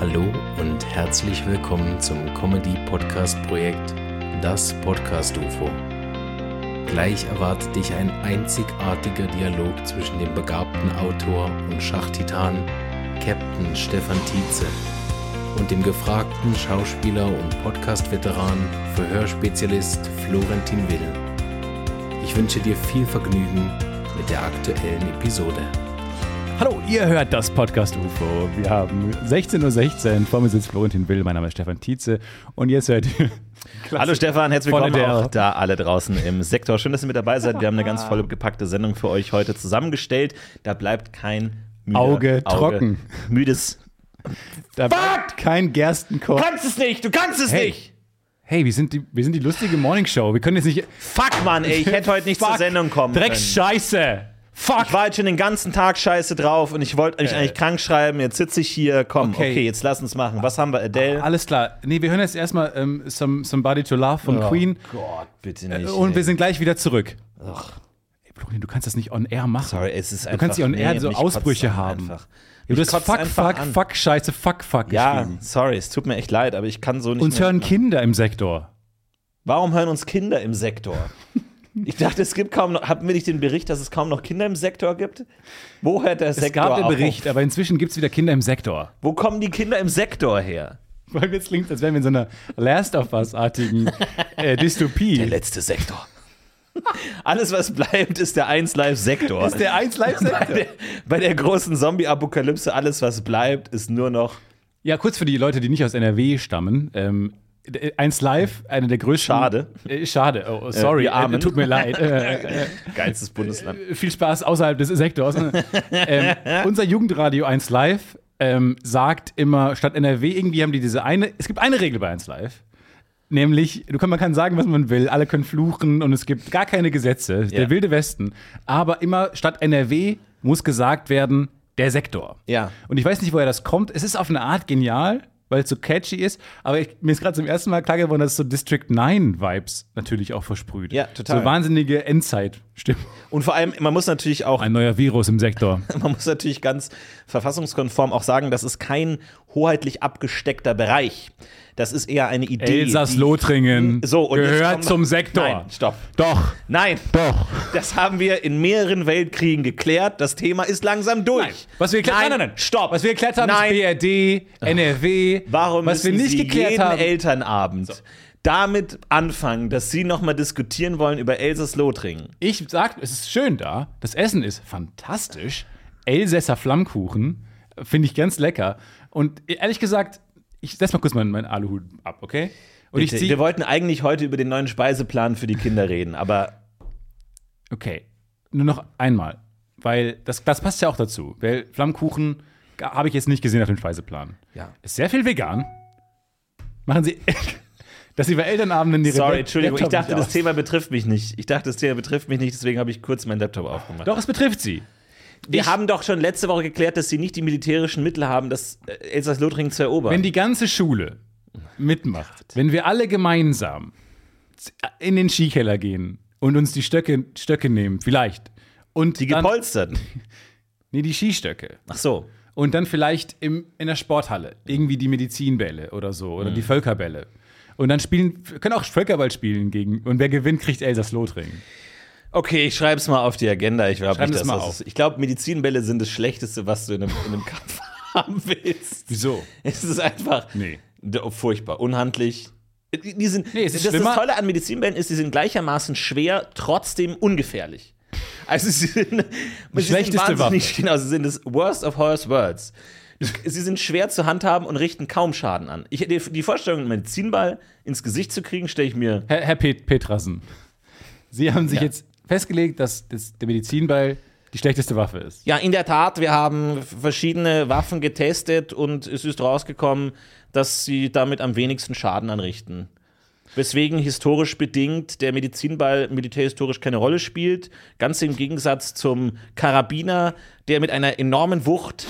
Hallo und herzlich willkommen zum Comedy-Podcast-Projekt Das Podcast-UFO. Gleich erwartet dich ein einzigartiger Dialog zwischen dem begabten Autor und Schachtitan Captain Stefan Tietze und dem gefragten Schauspieler und Podcast-Veteran, Verhörspezialist Florentin Will. Ich wünsche dir viel Vergnügen mit der aktuellen Episode. Hallo, ihr hört das Podcast UFO. Wir haben 16.16 Uhr. Vor mir sitzt Florentin Will, mein Name ist Stefan Tietze. Und jetzt hört ihr. Hallo Stefan, herzlich willkommen Volle Delle. auch da alle draußen im Sektor. Schön, dass ihr mit dabei seid. Wir haben eine ganz voll gepackte Sendung für euch heute zusammengestellt. Da bleibt kein müde Auge trocken. Müdes. Da bleibt kein Gerstenkorb. kannst es nicht, du kannst es Hey. Hey, wir sind, die, wir sind die lustige Morning Show. Wir können jetzt nicht. Fuck, Mann, ey, ich hätte heute nicht Fuck. zur Sendung kommen Dreck können. Scheiße. Ich war jetzt schon den ganzen Tag scheiße drauf und ich wollte euch Äh. eigentlich krank schreiben. Jetzt sitze ich hier. Komm, Okay. okay, jetzt lass uns machen. Was haben wir, Adele? Alles klar. Nee, wir hören jetzt erstmal ähm, Some, Somebody to Love von Queen. Äh, Oh Gott, bitte nicht. Und wir ey. sind gleich wieder zurück. Ey, Florentin, du kannst das nicht on air machen. Sorry, es ist einfach. Du kannst ja on air nee, so mich kotzt Ausbrüche an haben. Einfach. Ja, du Mich hast kotzt Fuck, einfach Fuck, an. Fuck, Scheiße, Fuck, Fuck Ja, geschrieben. sorry, es tut mir echt leid, aber ich kann so nicht. Uns mehr hören Kinder im Sektor. Warum hören uns Kinder im Sektor? Ich dachte, es gibt kaum noch. Haben wir nicht den Bericht, dass es kaum noch Kinder im Sektor gibt? Wo hört der Es Sektor gab den auf? Bericht, aber inzwischen gibt es wieder Kinder im Sektor. Wo kommen die Kinder im Sektor her? Weil jetzt klingt, als wären wir in so einer Last of Us-artigen äh, Der Dystopie. letzte Sektor. Alles, was bleibt, ist der 1-Live-Sektor. der 1 Bei live der, bei der großen Zombie-Apokalypse, alles, was bleibt, ist nur noch Ja, kurz für die Leute, die nicht aus NRW stammen. Ähm, 1 Live, eine der größten. Schade. Äh, schade, oh, oh, sorry, wir Armen. Äh, tut mir leid. Äh, geilstes Bundesland. äh, viel Spaß außerhalb des Sektors. ähm, unser Jugendradio 1 Live ähm, sagt immer, statt NRW, irgendwie haben die diese eine, es gibt eine Regel bei 1 Live. Nämlich, du kann, man kann sagen, was man will, alle können fluchen und es gibt gar keine Gesetze, der Ja. wilde Westen. Aber immer statt NRW muss gesagt werden, der Sektor. Ja. Und ich weiß nicht, woher das kommt. Es ist auf eine Art genial, weil es so catchy ist, aber ich, mir ist gerade zum ersten Mal klar geworden, dass es so District 9-Vibes natürlich auch versprüht. Ja, total. So wahnsinnige Endzeit-Stimmung. Und vor allem, man muss natürlich auch Ein neuer Virus im Sektor. man muss natürlich ganz verfassungskonform auch sagen, das ist kein hoheitlich abgesteckter Bereich. Das ist eher eine Idee. die- Elsass-Lothringen So, und jetzt gehört kommen wir- zum Sektor. Nein, stopp. Doch, Nein, doch. das haben wir in mehreren Weltkriegen geklärt. Das Thema ist langsam durch. Was wir geklärt nein, haben, nein, nein, nein. stopp. Was wir geklärt haben, nein. ist BRD, NRW. Warum was wir müssen nicht Sie geklärt jeden haben. Elternabend damit anfangen, dass Sie nochmal diskutieren wollen über Elsass-Lothringen? ich sag, es ist schön da. Das Essen ist fantastisch. Elsässer Flammkuchen äh, finde ich ganz lecker. Und ehrlich gesagt, ich setz mal kurz meinen, meinen Aluhut ab, okay? Und ich Wir ziehe. wollten eigentlich heute über den neuen Speiseplan für die Kinder reden, aber Okay, nur noch einmal. Weil das, das passt ja auch dazu. Weil Flammkuchen ga- habe ich jetzt nicht gesehen auf dem Speiseplan. Ja. Ist sehr viel vegan. Machen Sie. Dass Sie bei Elternabenden die Sorry, Rebell- Entschuldigung, ich Laptop dachte, nicht das aus- Thema betrifft mich nicht. Ich dachte, das Thema betrifft mich nicht, deswegen habe ich kurz meinen Laptop aufgemacht. Doch, es betrifft Sie. Wir ich- haben doch schon letzte Woche geklärt, dass sie nicht die militärischen Mittel haben, das äh, Elsass-Lothringen zu erobern. Wenn die ganze Schule mitmacht, wenn wir alle gemeinsam z- in den Skikeller gehen und uns die Stöcke, Stöcke nehmen, vielleicht. Und die dann, gepolsterten. Nee, die Skistöcke. Ach so. Und dann vielleicht im, in der Sporthalle. Irgendwie die Medizinbälle oder so. Oder die Völkerbälle. Und dann spielen, können auch Völkerball spielen gegen. Und wer gewinnt, kriegt Elsass-Lothringen. Okay, ich schreibe es mal auf die Agenda. Ich, glaub Schreib nicht, es dass mal das auf. ist- ich glaube, Medizinbälle sind das Schlechteste, was du in einem, in einem Kampf haben willst. Wieso? Es ist einfach Nee. d- oh, furchtbar, unhandlich. Die die sind, Nee, es ist das, schlimmer- das Tolle an Medizinbällen ist, sie sind gleichermaßen schwer, trotzdem ungefährlich. Also sie sind, die schlechteste sind wahnsinnig- Genau, sie sind das Worst of Horse Words. Sie sind schwer zu handhaben und richten kaum Schaden an. Ich, die, die Vorstellung, einen Medizinball ins Gesicht zu kriegen, stelle ich mir. Herr, Herr Pet Petrasen, Sie haben sich Ja. jetzt festgelegt, dass das, der Medizinball die schlechteste Waffe ist. Ja, in der Tat, wir haben verschiedene Waffen getestet und es ist rausgekommen, dass sie damit am wenigsten Schaden anrichten. Weswegen historisch bedingt der Medizinball militärhistorisch keine Rolle spielt. Ganz im Gegensatz zum Karabiner, der mit einer enormen Wucht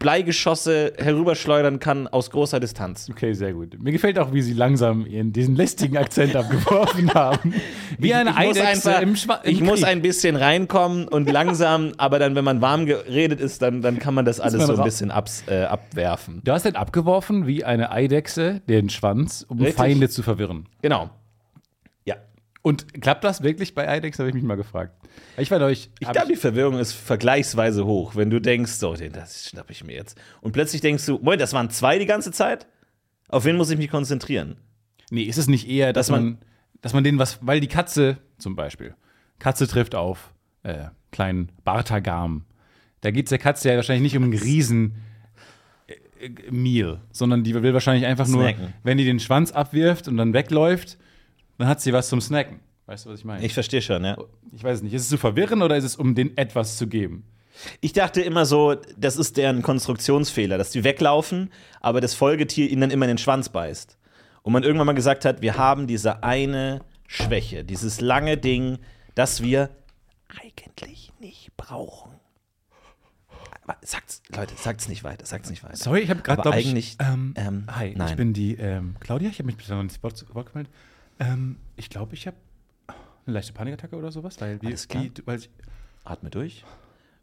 Bleigeschosse herüberschleudern kann aus großer Distanz. Okay, sehr gut. Mir gefällt auch, wie sie langsam ihren, diesen lästigen Akzent abgeworfen haben. Wie eine Ich muss, Eidechse einfach, im, Schwa im ich muss Krieg. ein bisschen reinkommen und langsam, aber dann, wenn man warm geredet ist, dann, dann kann man das alles man so ein raus. bisschen abs, äh, abwerfen. Du hast den abgeworfen wie eine Eidechse, den Schwanz, um Richtig. Feinde zu verwirren. Genau. Ja. Und klappt das wirklich bei Eidechsen, habe ich mich mal gefragt. Ich war euch. Ich glaube, die Verwirrung ist vergleichsweise hoch, wenn du denkst, so, den das schnapp ich mir jetzt. Und plötzlich denkst du, Moment, das waren zwei die ganze Zeit? Auf wen muss ich mich konzentrieren? Nee, ist es nicht eher, dass, Dass man- man, dass man denen was, weil die Katze zum Beispiel, Katze trifft auf äh, kleinen Bartagam. Da geht es der Katze ja wahrscheinlich nicht um einen riesen äh, äh, Meal, sondern die will wahrscheinlich einfach nur, Snacken. wenn die den Schwanz abwirft und dann wegläuft, dann hat sie was zum Snacken. Weißt du, was ich meine? Ich verstehe schon, ja. ich weiß es nicht. Ist es zu verwirren oder ist es, um denen etwas zu geben? Ich dachte immer so, das ist deren Konstruktionsfehler, dass die weglaufen, aber das Folgetier ihnen dann immer in den Schwanz beißt. Und man irgendwann mal gesagt hat, wir haben diese eine Schwäche, dieses lange Ding, das wir eigentlich nicht brauchen. Aber sagt's, Leute, sagt's nicht weiter, sagt's nicht weiter. Sorry, ich habe gerade, Aber glaube ich. eigentlich, Ähm, ähm, hi, nein. ich bin die ähm, Claudia. Ich habe mich bitte noch nicht zu Wort gemeldet. Ähm, ich glaube, ich habe eine leichte Panikattacke oder sowas, weil, wir, Alles klar. die, weil ich, ah, Atme durch.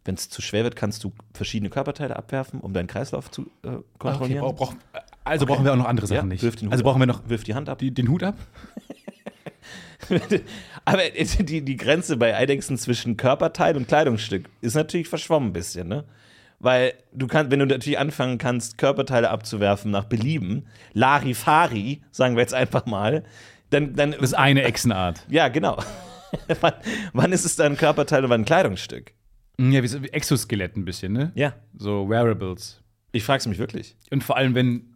Wenn es zu schwer wird, kannst du verschiedene Körperteile abwerfen, um deinen Kreislauf zu äh, Ah, okay, kontrollieren. brauch, brauch, also brauchen wir auch noch andere ja, Sachen nicht. Wirf den Hut also brauchen wir noch ab. Wirf die Hand ab. die, den Hut ab. Aber die, die Grenze bei Eidechsen zwischen Körperteil und Kleidungsstück ist natürlich verschwommen ein bisschen, ne? Weil du kannst, wenn du natürlich anfangen kannst, Körperteile abzuwerfen nach Belieben, Larifari, sagen wir jetzt einfach mal, dann, dann Das ist eine Echsenart. ja, genau. wann, wann ist es dann Körperteil und wann ein Kleidungsstück? Hm, Ja, wie so- wie Exoskelett ein bisschen, ne? Ja, So Wearables. ich frag's mich wirklich. Und vor allem, wenn.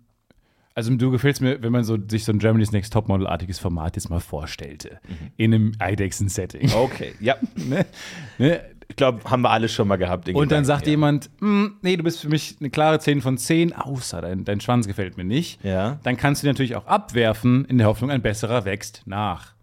Also du gefällst mir, wenn man so, sich so ein Germany's Next Topmodel-artiges Format jetzt mal vorstellte. Mhm. In einem Eidechsen-Setting. Okay, ja. Ne? Ne? Ich glaube, haben wir alle schon mal gehabt. den Und dann Gedanken, sagt ja. jemand, "Hm, nee, du bist für mich eine klare 10 von 10, außer dein, dein Schwanz gefällt mir nicht. Ja. Dann kannst du ihn natürlich auch abwerfen, in der Hoffnung, ein besserer wächst nach.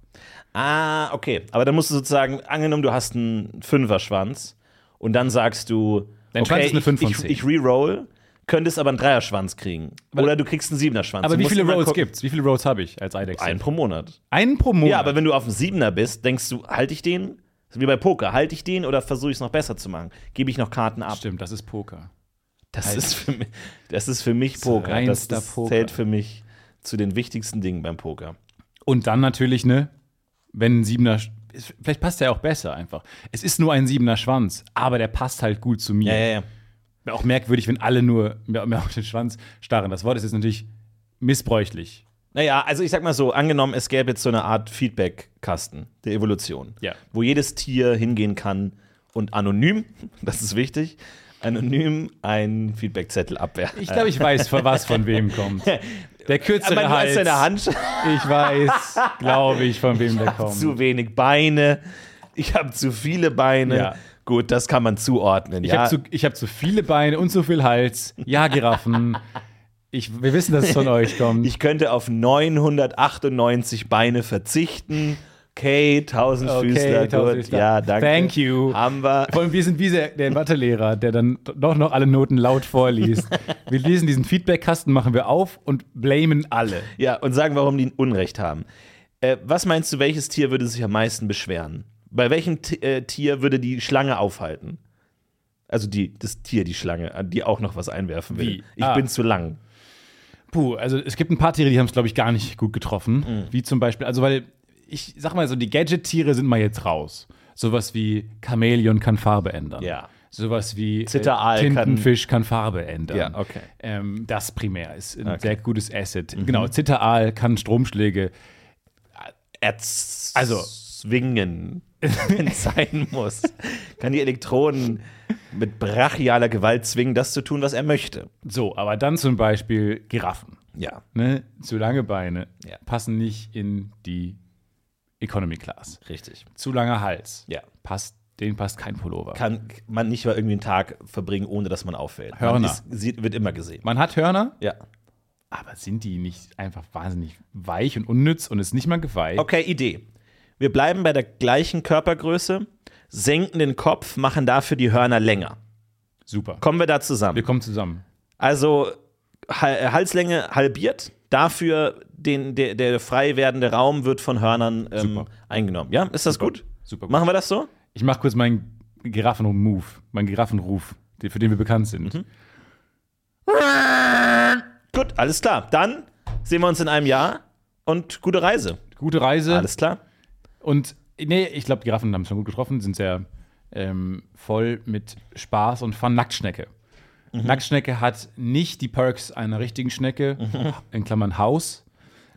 Ah, okay. Aber dann musst du sozusagen, angenommen, du hast einen Fünferschwanz und dann sagst du, Dein okay, Schwanz ist eine ich- Fünf von ich, zehn. ich reroll, könntest aber einen Dreierschwanz kriegen. Oder du kriegst einen Siebenerschwanz. Aber Du wie musst viele Also immer Rolls gucken- gibt's? Wie viele Rolls habe ich als Eidechse? Einen pro Monat. Einen pro Monat. Ja, aber wenn du auf dem Siebener bist, denkst du, halte ich den? Wie bei Poker, halte ich den oder versuche ich es noch besser zu machen? Gebe ich noch Karten ab? Stimmt, das ist Poker. Das, ist für mich, das ist für mich Poker. Das, reinster das Poker. zählt für mich zu den wichtigsten Dingen beim Poker. Und dann natürlich, ne, wenn ein Siebener, ist- vielleicht passt der auch besser einfach. Es ist nur ein Siebener Schwanz, aber der passt halt gut zu mir. Ja, ja, ja. Wäre auch merkwürdig, wenn alle nur mehr, mehr auf den Schwanz starren. Das Wort ist jetzt natürlich missbräuchlich. Naja, also ich sag mal so, angenommen, es gäbe jetzt so eine Art Feedback-Kasten der Evolution, Ja. wo jedes Tier hingehen kann und anonym, das ist wichtig, anonym einen Feedback-Zettel abwerfen. Äh, Ich glaube, ich weiß, von was von wem kommt. Der kürzere meine, du hast Hals. ja in der Hand Ich weiß, glaube ich, von wem der kommt. zu wenig Beine, ich habe zu viele Beine. Ja. Gut, das kann man zuordnen. Ich ja. habe zu, ich hab zu viele Beine und zu viel Hals. Ja, Giraffen. Ich, wir wissen, dass es von euch kommt. ich könnte auf 998 Beine verzichten. Okay, Tausendfüßler, Okay, gut, Tausendfüßler. ja, danke. Thank you. Haben wir. Vor allem, wir sind wie der, der Mathelehrer, der dann doch noch alle Noten laut vorliest. Wir lesen diesen Feedbackkasten, machen wir auf und blamen alle. Ja, und sagen, warum die Unrecht haben. Äh, was meinst du, welches Tier würde sich am meisten beschweren? Bei welchem T äh, Tier würde die Schlange aufhalten? Also die, das Tier, die Schlange, an die auch noch was einwerfen will. Wie? Ich Ah. bin zu lang. Puh, also es gibt ein paar Tiere, die haben es, glaube ich, gar nicht gut getroffen. Mhm. Wie zum Beispiel, also weil ich sag mal so, die Gadget-Tiere sind mal jetzt raus. Sowas wie Chamäleon kann Farbe ändern. Ja. Sowas wie äh, Zitteraal kann- Tintenfisch kann, Farbe ändern. Ja, okay. Mhm. Ähm, das primär ist ein sehr gutes Asset. Genau, Zitteraal kann Stromschläge. Erz Also- swingen, wenn es sein muss. Kann die Elektronen mit brachialer Gewalt zwingen, das zu tun, was er möchte. So, aber dann zum Beispiel Giraffen. Ja. Ne? Zu lange Beine Ja. passen nicht in die Economy Class. Richtig. Zu langer Hals. Ja. Passt, den passt kein Pullover. Kann man nicht mal irgendwie einen Tag verbringen, ohne dass man auffällt. Man Hörner. ist, sieht, wird immer gesehen. Man hat Hörner, Ja. Aber sind die nicht einfach wahnsinnig weich und unnütz und ist nicht mal geweiht? Okay, Idee. Wir bleiben bei der gleichen Körpergröße, senken den Kopf, machen dafür die Hörner länger. Super. Kommen wir da Wir zusammen. kommen zusammen. Also Hal- Halslänge halbiert, dafür den, der, der frei werdende Raum wird von Hörnern ähm, Super. eingenommen. Ja, ist das gut? Super. Machen wir das so? Ich mache kurz meinen Giraffenmove, meinen Giraffenruf, den- für den wir bekannt sind. Mhm. Gut, alles klar. Dann sehen wir uns in einem Jahr und gute Reise. Gute Reise. Alles klar. Und nee, ich glaube, Giraffen haben es schon gut getroffen, sind sehr ähm, voll mit Spaß und Fun. Nacktschnecke. Mhm. Nacktschnecke hat nicht die Perks einer richtigen Schnecke, in Klammern Haus,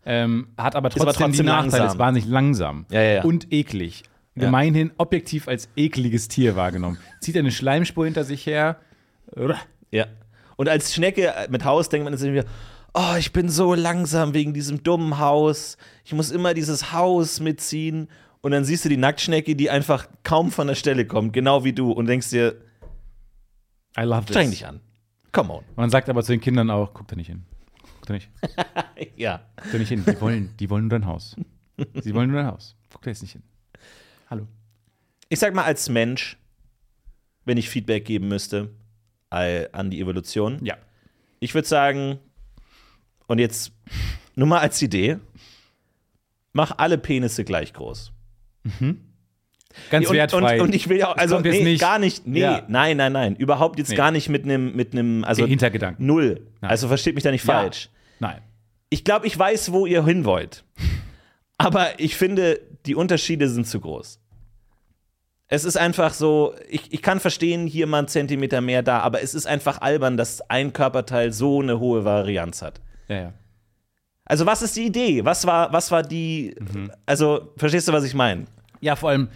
ähm, hat aber trotzdem, Mhm. aber die trotzdem Nachteile, langsam. ist wahnsinnig langsam Ja, ja, ja. und eklig. Gemeinhin objektiv als ekliges Tier wahrgenommen. Zieht eine Schleimspur hinter sich her. Ja. Und als Schnecke äh, mit Haus denkt man jetzt irgendwie, oh, ich bin so langsam wegen diesem dummen Haus. Ich muss immer dieses Haus mitziehen. Und dann siehst du die Nacktschnecke, die einfach kaum von der Stelle kommt, genau wie du, und denkst dir, I love this. streng dich an. Come on. Man sagt aber zu den Kindern auch, guck da nicht hin. Guck da nicht, guck Ja. da nicht hin. Die wollen, die wollen nur dein Haus. Sie wollen nur dein Haus. Guck da jetzt nicht hin. Hallo. Ich sag mal, als Mensch, wenn ich Feedback geben müsste all- an die Evolution, Ja. ich würde sagen, und jetzt nur mal als Idee, mach alle Penisse gleich groß. Ganz wertfrei. Und, und ich will ja auch, also kommt jetzt nee, nicht- gar nicht, nee, Ja. nein, nein, nein, überhaupt jetzt Nee. gar nicht mit einem, mit einem, also Den Hintergedanken. null. Nein. Also versteht mich da nicht Ja. falsch. Nein. Ich glaube, ich weiß, wo ihr hin wollt. Aber ich finde, die Unterschiede sind zu groß. Es ist einfach so, ich, ich kann verstehen, hier mal einen Zentimeter mehr da, aber es ist einfach albern, dass ein Körperteil so eine hohe Varianz hat. Ja, ja. Also, was ist die Idee? Was war, was war die. Mhm. Also, verstehst du, was ich meine? ja, vor allem,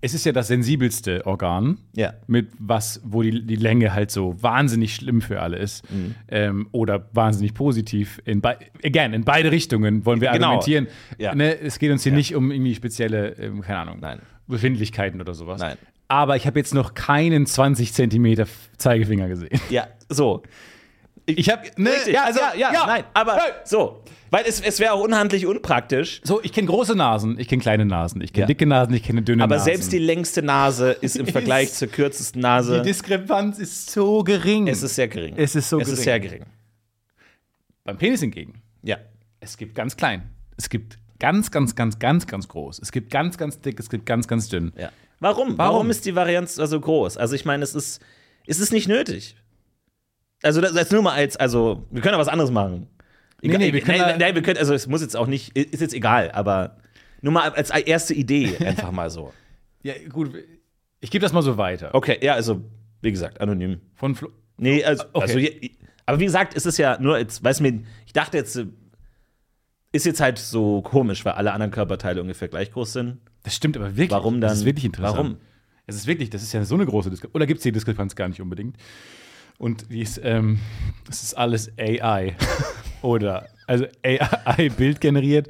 es ist ja das sensibelste Organ, Ja. mit was, wo die, die Länge halt so wahnsinnig schlimm für alle ist. Mhm. Ähm, oder wahnsinnig positiv. In bei, again, in beide Richtungen wollen wir Genau. argumentieren. Ja. Ne, es geht uns hier nicht um irgendwie spezielle, ähm, keine Ahnung, Nein. Befindlichkeiten oder sowas. Nein. Aber ich habe jetzt noch keinen 20 Zentimeter F- Zeigefinger gesehen. Ja, so. Ich habe, ne, Richtig. ja, ja, nein, aber so. Weil es, es wäre auch unhandlich unpraktisch. So, ich kenne große Nasen, ich kenne kleine Nasen, ich kenne Ja. dicke Nasen, ich kenne dünne Aber Nasen. selbst die längste Nase ist im Vergleich zur kürzesten Nase. Die Diskrepanz ist so gering. Es ist sehr gering. Es ist so es gering. Ist sehr gering. Beim Penis hingegen, Ja. es gibt ganz klein. Es gibt ganz, ganz, ganz, ganz, ganz groß. Es gibt ganz, ganz dick, es gibt ganz, ganz dünn. ja. Warum? Warum? Warum ist die Varianz so groß? Also ich meine, es ist, es ist nicht nötig. Also das, das nur mal als, also wir können ja was anderes machen. Nee, nee, wir können nein, da- nein, wir können, also es muss jetzt auch nicht, ist jetzt egal, aber nur mal als erste Idee einfach mal so. Ja, gut, ich gebe das mal so weiter. Okay, ja, also wie gesagt, anonym. Von Flo Nee, also, Okay. also je- aber wie gesagt, es ist ja nur jetzt, weiß mir, ich dachte jetzt, äh, ist jetzt halt so komisch, weil alle anderen Körperteile ungefähr gleich groß sind. das stimmt aber wirklich. Warum Das dann- ist wirklich interessant. warum? Es ist wirklich, das ist ja so eine große Diskrepanz. Oder gibt es die Diskrepanz gar nicht unbedingt? Und die ist, ähm, das ist alles AI. oder, also AI-Bild generiert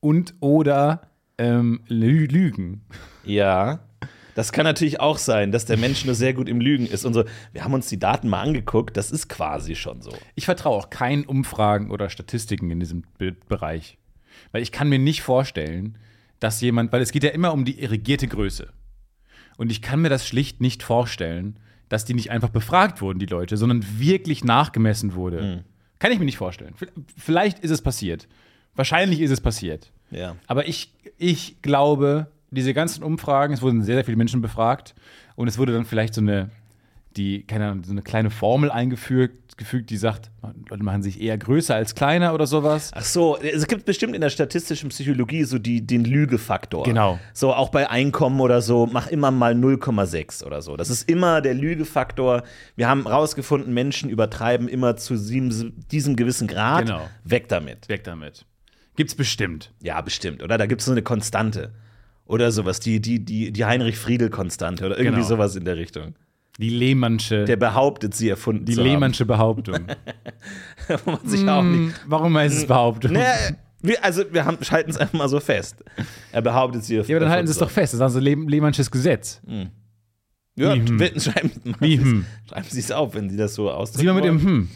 und oder ähm, Lü Lügen. Ja. Das kann natürlich auch sein, dass der Mensch nur sehr gut im Lügen ist und so. Wir haben uns die Daten mal angeguckt, das ist quasi schon so. Ich vertraue auch keinen Umfragen oder Statistiken in diesem Be Bereich. Weil ich kann mir nicht vorstellen, dass jemand, weil es geht ja immer um die irrigierte Größe. Und ich kann mir das schlicht nicht vorstellen, dass die nicht einfach befragt wurden, die Leute, sondern wirklich nachgemessen wurde. Kann ich mir nicht vorstellen. V- Vielleicht ist es passiert. Wahrscheinlich ist es passiert. Ja. Aber ich, ich glaube, diese ganzen Umfragen, es wurden sehr, sehr viele Menschen befragt und es wurde dann vielleicht so eine, die, keine Ahnung, so eine kleine Formel eingefügt, gefügt, die sagt, Leute machen sich eher größer als kleiner oder sowas. Ach so, es gibt bestimmt in der statistischen Psychologie so die, den Lügefaktor. Genau. So auch bei Einkommen oder so, mach immer mal 0,6 oder so. Das ist immer der Lügefaktor. Wir haben rausgefunden, Menschen übertreiben immer zu sieben, diesem gewissen Grad. Genau. Weg damit. Weg damit. Gibt's bestimmt. Ja, bestimmt, oder? Da gibt es so eine Konstante. Oder sowas, die, die, die, die Heinrich-Friedel-Konstante oder irgendwie Genau. sowas in der Richtung. Die Lehmannsche, Der behauptet, sie erfunden die zu Lehmannsche Behauptung. haben. Wo man sich auch nicht. Warum heißt es Behauptung? Naja, wir, also wir haben- schalten es einfach mal so fest. Er behauptet, sie erfunden Ja, aber dann halten sie es zu doch haben. fest. Das ist also Lehm Lehmannsches Gesetz. Ja, Wie, hm. wir- schreiben, Wie, hm. schreiben Sie es auf, wenn Sie das so ausdrücken. Sieh mal mit dem wollen.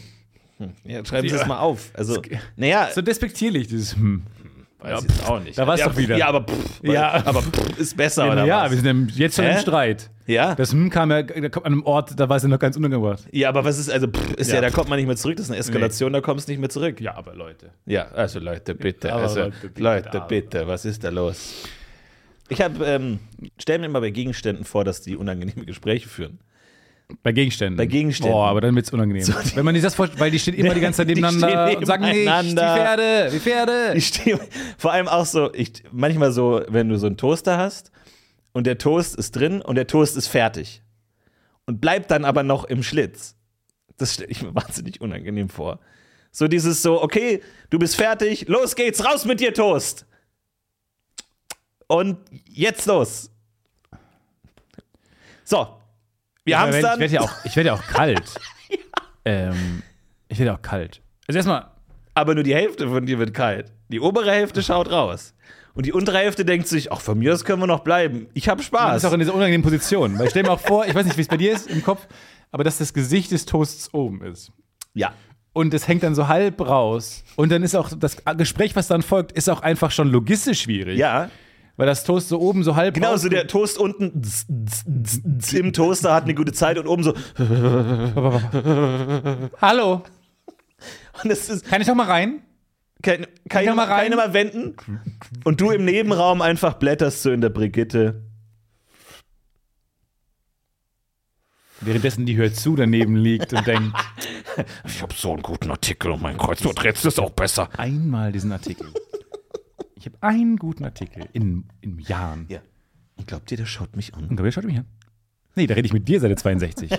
Hm. Ja, schreiben Sie Ja. es mal auf. Also, naja, So despektierlich, dieses Hm. weiß ich jetzt auch nicht. da war's ja, doch wieder. Ja, aber pff, Ja. aber pff, ist besser, oder? Ja, was? wir sind im- jetzt schon im Hä? Streit. Ja. Das Hm kam ja da kommt an einem Ort, da war es ja noch ganz untergebracht. Ja, aber was ist, also, pff, ist ja. Ja. da kommt man nicht mehr zurück, das ist eine Eskalation, da kommst du nicht mehr zurück. Ja, aber Leute. Ja, also Leute, bitte, Aber also Leute, bitte, Leute, aber- bitte, was ist da los? Ich habe, ähm, stell mir immer bei Gegenständen vor, dass die unangenehme Gespräche führen. Bei Gegenständen. Bei Gegenständen. Boah, aber dann wird's unangenehm. Wenn man sich das vorstellt, weil die stehen immer die ganze Zeit Die nebeneinander stehen und sagen nicht, die nebeneinander. Pferde, die Pferde. Ich stehe vor allem auch so, ich, manchmal so, wenn du so einen Toaster hast und der Toast ist drin und der Toast ist fertig und bleibt dann aber noch im Schlitz. Das stelle ich mir wahnsinnig unangenehm vor. So dieses so, okay, du bist fertig, los geht's, raus mit dir, Toast. Und jetzt los. So, wir Ich haben's werd- dann. Ich werde ja, auch- ich werd ja auch kalt. ähm, ich werde auch kalt. Also erstmal, aber nur die Hälfte von dir wird kalt. Die obere Hälfte schaut raus. Und die untere Hälfte denkt sich, ach, von mir aus können wir noch bleiben. Ich habe man Spaß. ist auch in dieser unangenehmen Position. Weil ich stell mir auch vor, ich weiß nicht, wie es bei dir ist im Kopf, aber dass das Gesicht des Toasts oben ist. ja. Und es hängt dann so halb raus. Und dann ist auch das Gespräch, was dann folgt, ist auch einfach schon logistisch schwierig. Ja. Weil das Toast so oben so halb Genau, raus so der Toast unten z- z- z- im Toaster hat eine gute Zeit und oben so. Und Hallo, es ist kann ich doch mal rein? kein, kein, ich noch mal rein? keine mal wenden. Und du im Nebenraum einfach blätterst so in der Brigitte. Währenddessen die hört zu daneben liegt und denkt, Ich habe so einen guten Artikel und mein Kreuzworträtsel ist auch besser. einmal diesen Artikel. Ich habe einen guten Artikel in, in Jahren. Ja. Und glaubt ihr, der schaut mich an? Und Gabriel schaut mich an. Nee, da rede ich mit dir seit 62.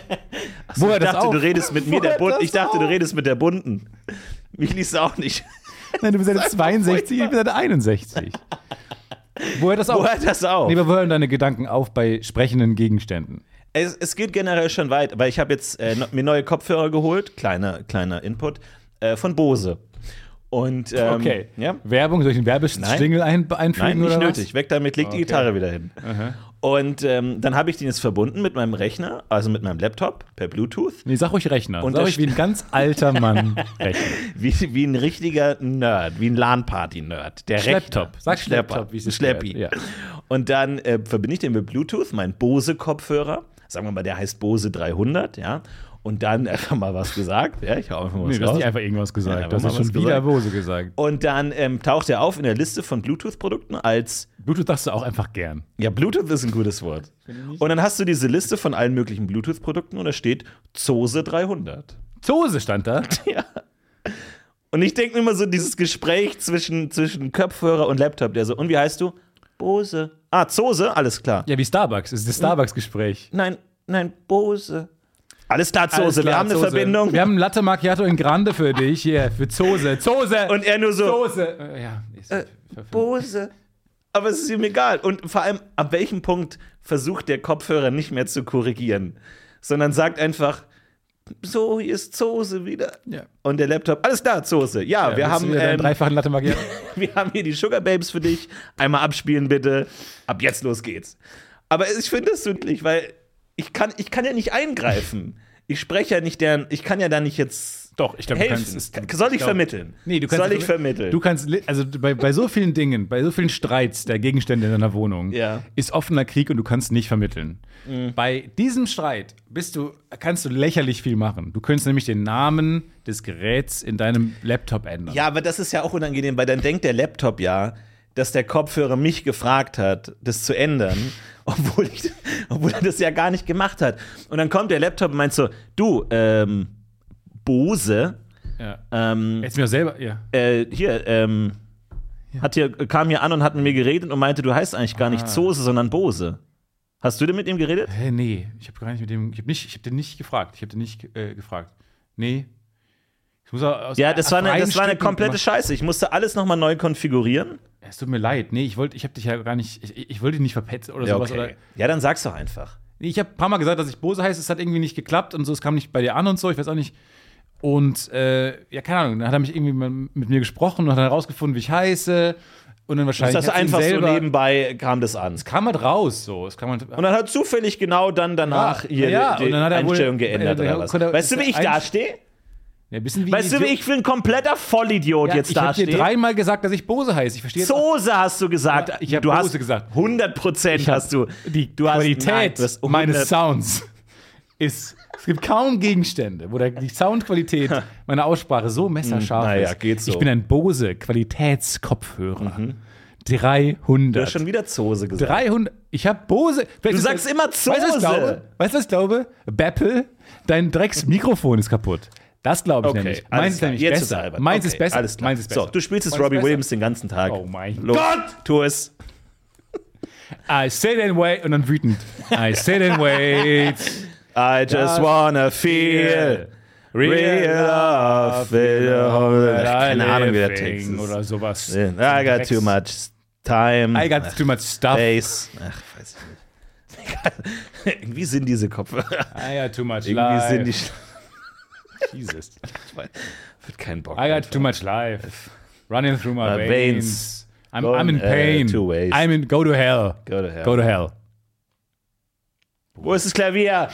Woher Ich das dachte, auf? du redest mit mir der Woher Bunten. das Ich dachte, du redest mit der Bunten. Mich liest du auch nicht. Nein, du bist seit 62, ich bin seit 61. Woher das auch? Woher das auch? Nee, wir hören deine Gedanken auf bei sprechenden Gegenständen. Es, es geht generell schon weit, weil ich habe jetzt äh, no- mir neue Kopfhörer geholt, kleiner, kleiner Input, äh, von Bose. Und ähm, ja. Werbung, soll ich einen Werbestingel ein, einfügen Nein, nicht oder nötig. Weg damit, leg die Gitarre wieder hin. Und ähm, dann habe ich den jetzt verbunden mit meinem Rechner, also mit meinem Laptop per Bluetooth, Was? Nee, sag ruhig Rechner. Und sag da ruhig wie ein ganz alter Mann Rechner. wie, wie ein richtiger Nerd, wie ein LAN-Party-Nerd. Der Schlepptop. Rechner. Sag Schlepper. Schlepptop, wie es sich Schleppi. gehört. Ja. Und dann äh, verbinde ich den mit Bluetooth, meinen Bose-Kopfhörer. Sagen wir mal, der heißt Bose 300, ja. Und dann einfach mal was gesagt. Ja, ich habe einfach mal was Nee, du hast raus. nicht einfach irgendwas gesagt. Ja, du hast aber jetzt mal schon was wieder gesagt. Bose gesagt. Und dann ähm, taucht er auf in der Liste von Bluetooth-Produkten als, Bluetooth sagst du auch einfach gern. ja, Bluetooth ist ein gutes Wort. Und dann hast du diese Liste von allen möglichen Bluetooth-Produkten und da steht Zose 300. Zose stand da. Ja. Und ich denke mir immer so dieses Gespräch zwischen, zwischen Kopfhörer und Laptop, der so, und wie heißt du? Bose. Ah, Zose, alles klar. Ja, wie Starbucks. Das ist das Starbucks-Gespräch. Nein, nein, Bose. Alles klar, Zose, Alles wir klar, haben eine Zose. Verbindung. Wir haben einen Latte Macchiato in Grande für dich. Hier, für Zose. Zose! und er nur so, Soße. Äh, ja, ist Bose. Aber es ist ihm egal. Und vor allem, ab welchem Punkt versucht der Kopfhörer nicht mehr zu korrigieren, sondern sagt einfach, so, hier ist Zose wieder. Ja. Und der Laptop, alles klar, Zose. Ja, wir, haben, einen ähm, dreifachen Latte Macchiato. wir haben hier die Sugar Babes für dich. Einmal abspielen bitte. Ab jetzt los geht's. Aber ich finde das sündlich, weil ich kann, ich kann ja nicht eingreifen. Ich spreche ja nicht deren, ich kann ja da nicht jetzt Doch, ich glaube, du helfen. kannst es. Soll ich glaub- vermitteln? Nee, du kannst Soll ich vermitteln? Du kannst, li- also bei, bei so vielen Dingen, bei so vielen Streits der Gegenstände in deiner Wohnung, Ja. Mhm. ist offener Krieg und du kannst nicht vermitteln. Bei diesem Streit bist du, kannst du lächerlich viel machen. Du könntest nämlich den Namen des Geräts in deinem Laptop ändern. Ja, aber das ist ja auch unangenehm, weil dann denkt der Laptop ja, dass der Kopfhörer mich gefragt hat, das zu ändern, obwohl, ich, obwohl er das ja gar nicht gemacht hat. Und dann kommt der Laptop und meint so, du, ähm, Bose, Ja. ähm, Jetzt mir auch selber, ja. äh, hier, ähm, hat hier, kam hier an und hat mit mir geredet und meinte, du heißt eigentlich gar Ah. nicht Zose, sondern Bose. Hast du denn mit ihm geredet? Hä, nee, ich habe gar nicht mit dem, ich habe nicht, ich habe den nicht gefragt. Ich habe den nicht äh, gefragt. Nee. Ich muss auch aus Ja, das war eine, freien das war eine Stücken komplette gemacht. Scheiße. Ich musste alles nochmal neu konfigurieren. Es tut mir leid. Nee, ich wollte, ich habe dich ja gar nicht, ich, ich wollte dich nicht verpetzen oder sowas. Oder, Ja, dann sag's doch einfach. nee, ich habe ein paar Mal gesagt, dass ich Bose heiße, es hat irgendwie nicht geklappt und so, es kam nicht bei dir an und so, ich weiß auch nicht. Und äh, ja, keine Ahnung, dann hat er mich irgendwie mit mit mir gesprochen und hat dann herausgefunden, wie ich heiße. Und dann Das wahrscheinlich. ist also hat's ihn einfach so selber- nebenbei kam das an. Es kam halt raus, so. Es kam halt, Und dann hat zufällig genau dann danach Ja, hier Ah, ja, die, die und dann hat er wohl- Einstellung geändert äh, oder da was. konnte er- Weißt du, wie ich ein- dastehe? Ja, ein bisschen wie Weißt du, wie ich für ein kompletter Vollidiot ja, jetzt Ich habe dir dastehe? dreimal gesagt, dass ich Bose heiße. Ich verstehe jetzt auch- Soße hast du gesagt. Ja, ich hab du hast Soße gesagt. 100 Prozent hast du. die du hast- nein, Qualität du hast 100 meines Sounds ist. Es gibt kaum Gegenstände, wo der, die Soundqualität meiner Aussprache so messerscharf na ja, ist. Hm, geht so. Mhm. Ich bin ein Bose Qualitätskopfhörer. 300. Du hast schon wieder Soße gesagt. 300. Ich habe Bose. Du sagst immer Weißt du, was ich Zose. glaube? Weißt du, was ich glaube? Beppe, dein Drecksmikrofon ist kaputt. Das glaube ich nämlich. alles Meins ist klar. nämlich Jetzt ist er besser. albern. Meins Okay, ist besser. Alles klar. Meins ist So, besser. du spielst jetzt Meins ist Robbie besser. Williams den ganzen Tag. Oh mein Los, Gott! Tu es. I say that way und dann wütend. I say that way. I just wanna feel real love. Feel- Oh, Keine Ahnung, wie der Text ist. Oder sowas. I got too much time. I got too much stuff. Space. Ach, weiß ich nicht. Irgendwie sind diese Kopfhörer. I got too much Irgendwie life. sind die. sch- Jesus. Wird kein Bock. I got too much life. Running through my, veins. My veins. I'm, Gone, I'm in äh, pain. two ways. I'm in go to hell. Go to hell. Go to hell. Wo ist das Klavier?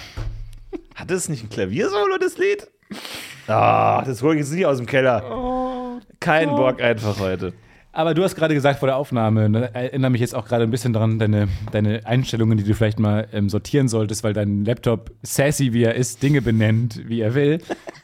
Hat das nicht ein Klaviersolo, das Lied? Ah, das hol ich jetzt nicht aus dem Keller. Kein Bock einfach heute. Aber du hast gerade gesagt vor der Aufnahme, ne, erinnere mich jetzt auch gerade ein bisschen daran, deine, deine Einstellungen, die du vielleicht mal ähm, sortieren solltest, weil dein Laptop sassy, wie er ist, Dinge benennt, wie er will.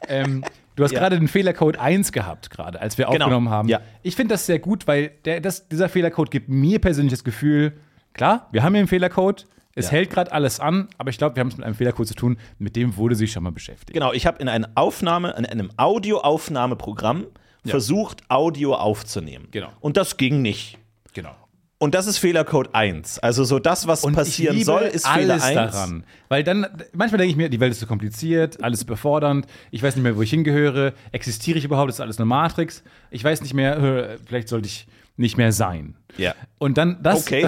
ähm, du hast gerade den Fehlercode 1 gehabt, gerade, als wir Genau, aufgenommen haben. ja. Ich finde das sehr gut, weil der, das, dieser Fehlercode gibt mir persönlich das Gefühl, klar, wir haben hier einen Fehlercode, es hält gerade alles an, aber ich glaube, wir haben es mit einem Fehlercode zu tun, mit dem wurde sich schon mal beschäftigt. Genau, ich habe in einer Aufnahme, in einem Audioaufnahmeprogramm versucht, Audio aufzunehmen. Genau. Und das ging nicht. Genau. Und das ist Fehlercode 1. Also so das, was Und passieren ich liebe soll, ist alles Fehler 1. daran. Weil dann, manchmal denke ich mir, die Welt ist so kompliziert, alles ist befordernd, ich weiß nicht mehr, wo ich hingehöre, existiere ich überhaupt, ist alles eine Matrix, ich weiß nicht mehr, äh, vielleicht sollte ich nicht mehr sein. Ja. Und dann das. Okay.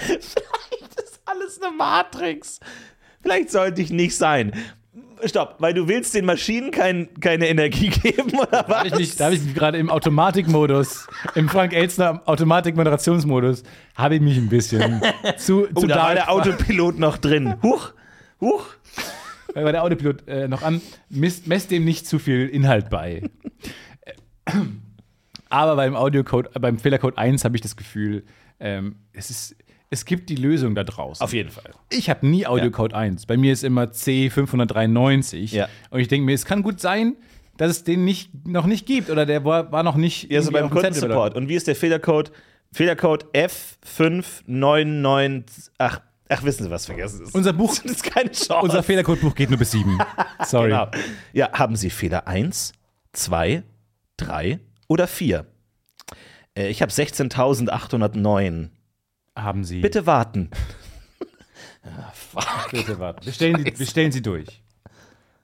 Vielleicht ist alles eine Matrix. Vielleicht sollte ich nicht sein. Stopp, weil du willst den Maschinen kein, keine Energie geben, oder Da habe ich, was? mich- da habe ich mich gerade im Automatikmodus, im Frank Elstner Automatik-Moderationsmodus, habe ich mich ein bisschen zu, oh, zu da dark war der Autopilot noch drin. Huch, huch. weil war der Autopilot äh, noch an, misst, messt dem nicht zu viel Inhalt bei. Äh, Aber beim Audiocode, äh, beim Fehlercode 1 habe ich das Gefühl, ähm, es, ist, es gibt die Lösung da draußen. jeden Fall. Ich habe nie Audiocode 1. Bei mir ist immer C593. Ja. Und ich denke mir, es kann gut sein, dass es den nicht, noch nicht gibt oder der war, war noch nicht. Ja, so irgendwie beim auf dem Zettel oder- Kundensupport. Und wie ist der Fehlercode? Fehlercode F599. Ach, ach, wissen Sie was, vergessen Sie es. Unser Buch, Das ist keine Chance. unser Fehlercodebuch geht nur bis 7. Sorry. Genau. Ja, haben Sie Fehler 1, 2, 3 oder 4? Äh, Ich habe 16.809. Haben Sie. Bitte warten. Ah, Bitte warten. Wir stellen, sie, wir stellen sie durch.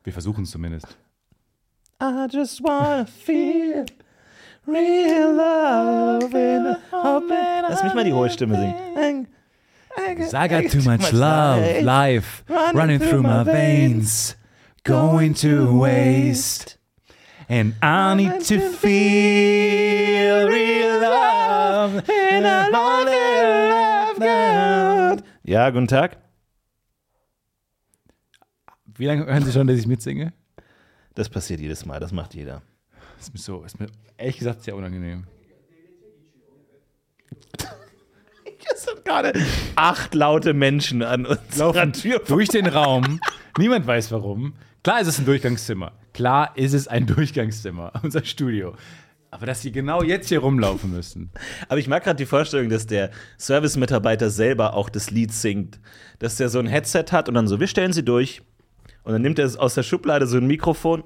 Wir versuchen es zumindest. I just wanna feel real love in a open Lass mich mal die hohe Stimme singen. I got too much love, life running through my veins, going to waste. And I need to feel real love in a love now. Ja, guten Tag. Wie lange hören Sie schon, dass ich mitsinge? Das passiert jedes Mal, das macht jeder. Ist mir so, ist mir ehrlich gesagt sehr unangenehm. Es sind gerade acht laute Menschen an unserer laufen Tür. durch den Raum. Niemand weiß warum. Klar ist es ein Durchgangszimmer. Klar ist es ein Durchgangszimmer, unser Studio. Aber dass sie genau jetzt hier rumlaufen müssen. Aber ich mag gerade die Vorstellung, dass der Service-Mitarbeiter selber auch das Lied singt. Dass der so ein Headset hat und dann so, wir stellen sie durch. Und dann nimmt er aus der Schublade so ein Mikrofon.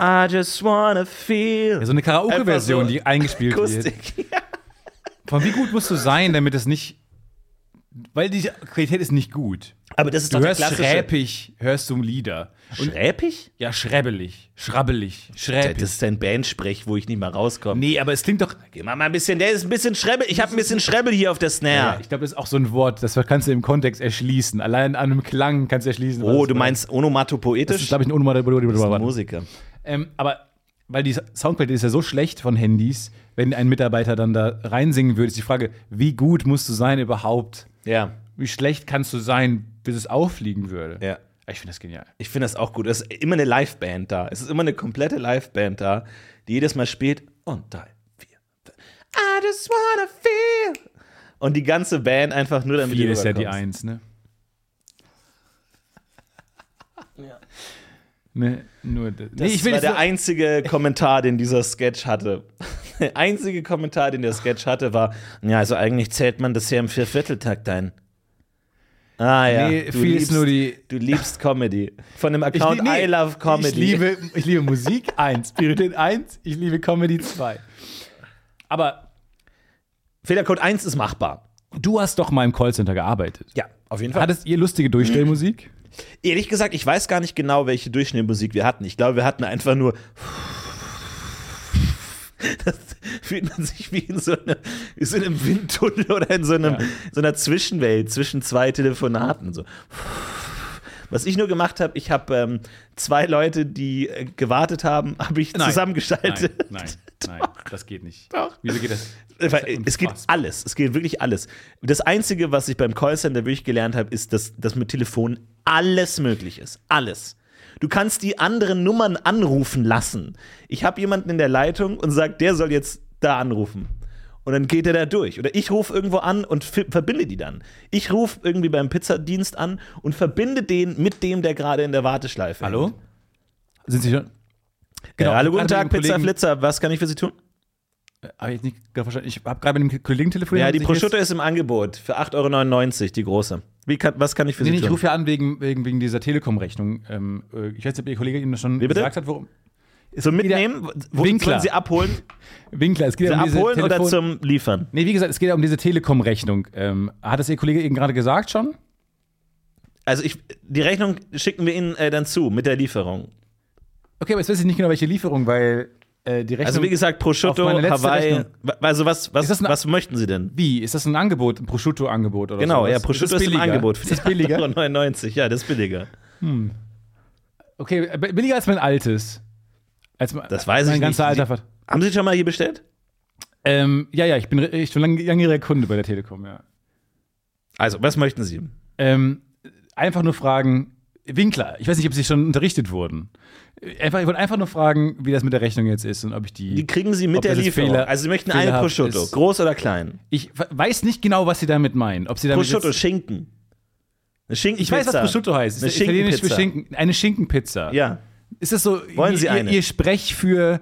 I just wanna feel. Ja, so eine Karaoke-Version, Einfach so die eingespielt wird. Akustik. Von wie gut musst du sein, damit es nicht. Weil die Qualität ist nicht gut. Aber das ist Du doch der hörst klassische. schräpig, hörst du Lieder. Und Schräpig? ja, schräbelig, schrabbelig, Das schräpig. ist ein Bandsprech, wo ich nicht mal rauskomme. Nee, aber es klingt doch. Geh mal mal ein bisschen, der ist ein bisschen Schrebbel. Ich habe ein bisschen Schrebbel hier auf der Snare. Ja, ich glaube, das ist auch so ein Wort, das kannst du im Kontext erschließen. Allein an einem Klang kannst du erschließen. was oh, das du war. meinst onomatopoetisch? Das ist, glaube ich, ein Unmodell. Musiker. Ähm, aber weil die Soundqualität ist ja so schlecht von Handys, wenn ein Mitarbeiter dann da reinsingen würde, ist die Frage, wie gut musst du sein überhaupt? Ja. Wie schlecht kannst du sein, bis es auffliegen würde? Ja. Ich finde das genial. Ich finde das auch gut. Es ist immer eine Liveband da. Es ist immer eine komplette Liveband da, die jedes Mal spielt. Und drei, vier. fünf. I just wanna feel. Und die ganze Band einfach nur damit Viel ist ja die Eins, rüberkommst. ne? Ne, nur das. Nee, Das ich will war jetzt der nur- einzige Kommentar, den dieser Sketch hatte. Der einzige Kommentar, den der Sketch hatte, war: Ja, also eigentlich zählt man das hier im Viervierteltakt ein. Ah ja. Nee, viel ist nur die. Du liebst Comedy. Von dem Ich Account lieb- nee, I Love Comedy. Ich liebe, ich liebe Musik 1, Priorität 1, ich liebe Comedy 2. Aber Fehlercode 1 ist machbar. du hast doch mal im Callcenter gearbeitet. Ja, auf jeden Fall. Hattest ihr lustige Durchstellmusik? Ehrlich gesagt, ich weiß gar nicht genau, welche Durchschnittsmusik wir hatten. Ich glaube, wir hatten einfach nur. Das fühlt man sich wie in so, einer- wie so einem Windtunnel oder in so, einem, so einer Zwischenwelt zwischen zwei Telefonaten. So. Was ich nur gemacht habe, ich habe ähm, zwei Leute, die äh, gewartet haben, habe ich zusammengeschaltet. Nein, nein, nein, das geht nicht. Doch. Wieso geht das? Weil äh, es geht unfassbar. alles, es geht wirklich alles. Das Einzige, was ich beim Callcenter wirklich gelernt habe, ist, dass, dass mit Telefon alles möglich ist. Alles. Du kannst die anderen Nummern anrufen lassen. Ich habe jemanden in der Leitung und sage, der soll jetzt da anrufen. Und dann geht er da durch. Oder ich rufe irgendwo an und fi- verbinde die dann. Ich rufe irgendwie beim Pizzadienst an und verbinde den mit dem, der gerade in der Warteschleife Hallo? hängt. Sind Sie schon? Äh, hallo, guten Gerade Tag, mit dem Pizza Kollegen- Flitzer. Was kann ich für Sie tun? Hab ich jetzt nicht gerade verstanden. Ich habe gerade mit dem Kollegen telefoniert. Ja, die Ich jetzt- Prosciutto ist im Angebot für 8,99 Euro, die große. Wie kann, was kann ich für Nee, Sie nee, ich tun? rufe ja an wegen, wegen, wegen dieser Telekom-Rechnung. Ähm, äh, ich weiß nicht, ob Ihr Kollege Ihnen das schon Wie bitte? gesagt hat, worum. so mitnehmen? Wo Winkler. sollen Sie abholen? Winkler, es geht ja um diese abholen oder Telefon- zum Liefern? Nee, wie gesagt, es geht ja um diese Telekom-Rechnung. Ähm, hat das Ihr Kollege eben gerade gesagt schon? Also ich, die Rechnung schicken wir Ihnen äh, dann zu mit der Lieferung. Okay, aber jetzt weiß ich nicht genau, welche Lieferung, weil äh, die Rechnung. Also wie gesagt, Prosciutto, Auf meine letzte Hawaii. Rechnung. Wa- Also was, was, Ist das eine- was möchten Sie denn? Wie? Ist das ein Angebot, ein Prosciutto-Angebot oder Genau, sowas? ja, Prosciutto das ist, im billiger? Angebot. Ist das billiger? 8,99 Euro, ja, das ist billiger. Okay, äh, billiger als mein altes. Als mein, Das weiß ich mein ganzer nicht. alter Vert- Haben Sie schon mal hier bestellt? ähm, Ja, ja, ich bin re- ich bin lang- langjähriger Kunde bei der Telekom, ja. Also, was möchten Sie? Ähm, einfach nur fragen, Winkler, ich weiß nicht, ob Sie schon unterrichtet wurden. Einfach, ich wollte einfach nur fragen, wie das mit der Rechnung jetzt ist und ob ich die. Die kriegen Sie mit Ob der das jetzt Lieferung. Fehler- also Sie möchten eine fehlerhaft Prosciutto, ist. groß oder klein? ich we- weiß nicht genau, was Sie damit meinen. Ob Sie damit Prosciutto, jetzt, Schinken. Eine Schinkenpizza. ich weiß, was Prosciutto heißt. Eine Ist italienisch für Schinkenpizza. Schinken. Eine Schinkenpizza. Ja. Ist das so Wollen ihr, Sie eine? ihr Sprech für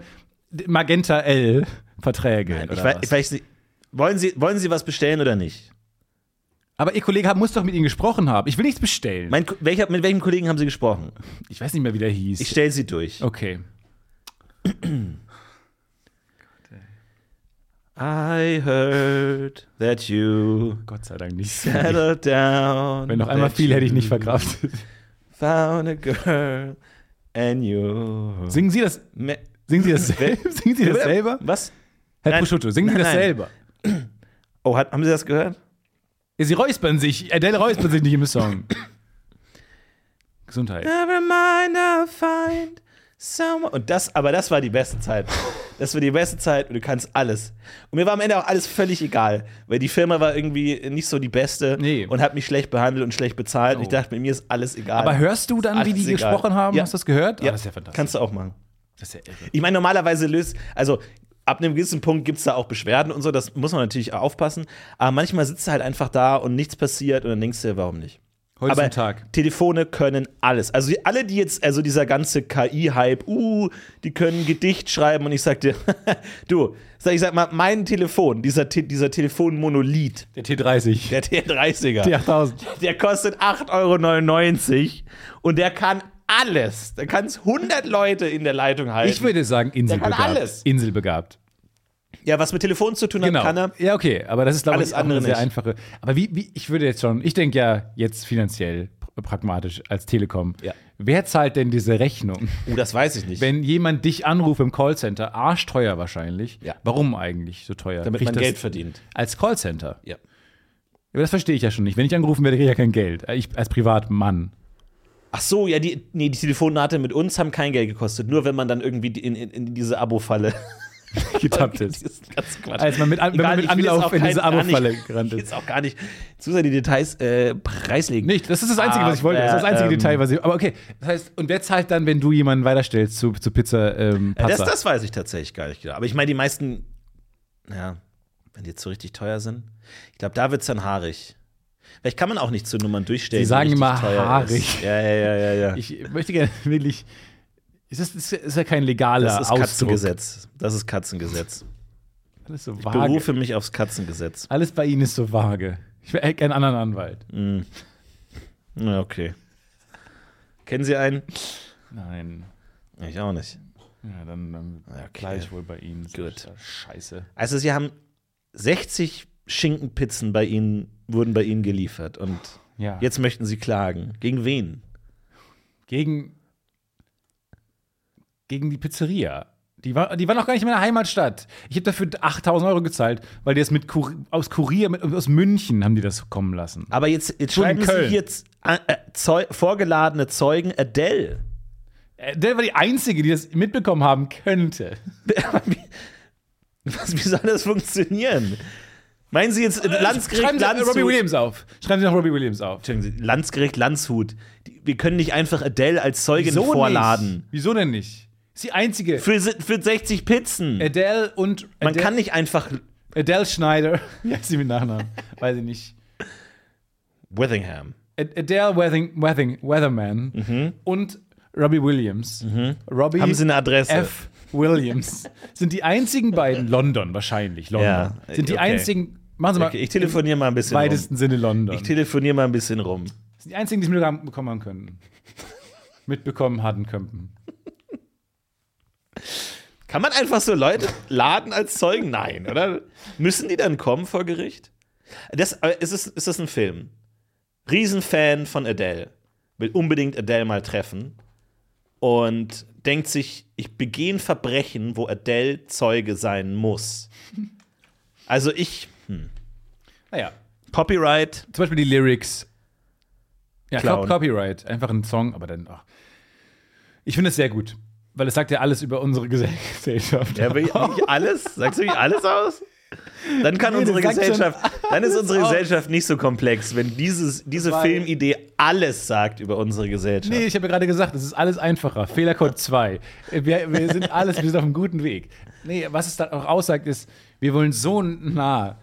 Magenta L Verträge? Ich oder weiß, was? ich weiß nicht. Wollen Sie, wollen Sie was bestellen oder nicht? Aber Ihr Kollege hat- muss doch mit Ihnen gesprochen haben. Ich will nichts bestellen. Mein, Ko- welcher, mit welchem Kollegen haben Sie gesprochen? ich weiß nicht mehr, wie der hieß. Ich stelle Sie durch. okay. I heard that you Gott sei Dank nicht. settled down. Wenn noch einmal that viel hätte ich nicht you verkraftet. Found a girl and you. Singen Sie das? Me- Singen Sie das selbst? Singen Sie das selber? Was? Herr Nein. Prosciutto, singen Sie Nein, das nein. selber? Oh, hat, haben Sie das gehört? Ja, Sie räuspern sich. Adele räuspert sich nicht im Song. Gesundheit. Never mind, I'll find someone. Und das, aber das war die beste Zeit. Das war die beste Zeit und du kannst alles. Und mir war am Ende auch alles völlig egal, weil die Firma war irgendwie nicht so die beste Nee. und hat mich schlecht behandelt und schlecht bezahlt. Und ich Oh. dachte, mit mir ist alles egal. Aber hörst du dann, wie Alles die egal. gesprochen haben? Ja. Hast du das gehört? Ah, ja, das ist ja fantastisch. Kannst du auch machen. Das ist ja irre. Ich meine, normalerweise löst, also ab einem gewissen Punkt gibt es da auch Beschwerden und so, das muss man natürlich aufpassen. Aber manchmal sitzt du halt einfach da und nichts passiert und dann denkst du dir, warum nicht? Heute Aber zum Tag. Telefone können alles. Also die- alle, die jetzt, also dieser ganze KI-Hype, uh, die können Gedicht schreiben und ich sag dir, du, sag, ich sag mal, mein Telefon, dieser, Te dieser Telefonmonolith, Der T30. der T30er, Die 8000. der kostet 8,99 Euro und der kann alles. Da kann es 100 Leute in der Leitung halten. Ich würde sagen, inselbegabt. kann alles. Inselbegabt. ja, was mit Telefon zu tun hat, Genau. kann er. Ja, okay, aber das ist, glaube Alles ich, auch eine andere sehr nicht. einfache. Aber wie, wie, ich würde jetzt schon, ich denke ja jetzt finanziell pr- pragmatisch als Telekom. Ja. Wer zahlt denn diese Rechnung? Oh, das weiß ich nicht. Wenn jemand dich anruft im Callcenter, arschteuer wahrscheinlich. Ja. Warum eigentlich so teuer? damit Kriegt man das Geld verdient. Als Callcenter. Ja. Aber das verstehe ich ja schon nicht. Wenn ich angerufen werde, kriege ich ja kein Geld. Äh, Ich als Privatmann. Ach so, ja, die, nee, die Telefonate mit uns haben kein Geld gekostet. Nur wenn man dann irgendwie die- in, in, in diese Abo-Falle getappt Das ist. ist ganz Quatsch. Als man mit, An- Also, wenn man Egal, mit ich will jetzt Anlauf auch in diese keinen- gar nicht- Abo-Falle gerannt Ich will ist. jetzt auch gar nicht zu sehr die Details äh, preislegen. Nicht, das ist das einzige, was ich wollte. Das ist das Aber, einzige ähm, Detail, was ich. Aber okay, das heißt, und wer zahlt dann, wenn du jemanden weiterstellst zu, zu Pizza ähm, Ja, Äh, das, Pazza? das weiß ich tatsächlich gar nicht genau. Aber ich meine, die meisten, ja, wenn die jetzt so richtig teuer sind, ich glaube, da wird es dann haarig. Vielleicht kann man auch nicht zu Nummern durchstellen. Sie sagen die richtig immer teuer haarig. Ist. Ja, ja, ja, ja. ja. Ich möchte gerne wirklich. Ist das, das ist ja kein legaler das ist Ausdruck. Katzengesetz. Das ist Katzengesetz. Alles so Ich vage. berufe mich aufs Katzengesetz. Alles bei Ihnen ist so vage. Ich wäre gerne einen anderen Anwalt. Hm. Ja, okay. Kennen Sie einen? Nein. Ich auch nicht. Ja, dann, dann Ja, okay. bleib ich wohl bei Ihnen. Das Gut. ist ja Scheiße. Also, Sie haben 60 Schinkenpizzen bei Ihnen, wurden bei Ihnen geliefert. Und Ja. jetzt möchten Sie klagen. Gegen wen? gegen, gegen die Pizzeria. Die war, die war noch gar nicht in meiner Heimatstadt. Ich habe dafür 8000 Euro gezahlt, weil die das mit Kur aus Kurier, mit, aus München haben die das kommen lassen. Aber jetzt, jetzt Schon in schreiben Köln. Sie hier z- äh, äh, Zeu vorgeladene Zeugen Adele. Äh, Der war die Einzige, die das mitbekommen haben könnte. Was, wie soll das funktionieren? Meinen Sie jetzt äh, Landsgericht Schreiben Sie Robbie Landshut? Williams auf. Schreiben Sie noch Robbie Williams auf. Entschuldigen Sie, Landsgericht Landshut. Die- Wir können nicht einfach Adele als Zeugin vorladen. nicht? Wieso denn nicht? Ist die Einzige. Für, si- für 60 Pizzen. Adele und Adele, Man kann nicht einfach Adele Schneider. Wie heißt sie mit Nachnamen? Weiß ich nicht. Withingham. Ad- Adele Weathing, Weathing, Weatherman und Robbie Williams. Robbie Mhm. Haben Sie eine Adresse? F. Williams sind die einzigen beiden, London wahrscheinlich, London, Ja, äh, sind die okay. einzigen, machen Sie mal, Okay, ich telefoniere mal ein im bisschen rum. weitesten Sinne London, Ich telefoniere mal ein bisschen rum. sind die einzigen, die es mitbekommen haben können. mitbekommen hatten könnten. Kann man einfach so Leute laden als Zeugen? Nein, oder? Müssen die dann kommen vor Gericht? Das, aber ist, es, ist das ein Film? Riesenfan von Adele. Will unbedingt Adele mal treffen. Und denkt sich, ich begehe ein Verbrechen, wo Adele Zeuge sein muss. Also ich, Naja, Copyright, Ah zum Beispiel die Lyrics. Ja, Clown. Cop Copyright, einfach ein Song, aber dann, ach. Ich finde es sehr gut, weil es sagt ja alles über unsere Gesell- Gesellschaft. Ja, will ich wirklich alles? Sagst du wirklich alles aus? Dann kann Nee, unsere das sagt schon Gesellschaft, dann ist unsere aus. Gesellschaft nicht so komplex, wenn dieses, diese Weil- Filmidee alles sagt über unsere Gesellschaft. Nee, ich habe ja gerade gesagt, es ist alles einfacher. Fehlercode 2. Wir, wir sind alles, wir sind auf einem guten Weg. Nee, was es dann auch aussagt, ist, wir wollen so nah Hm.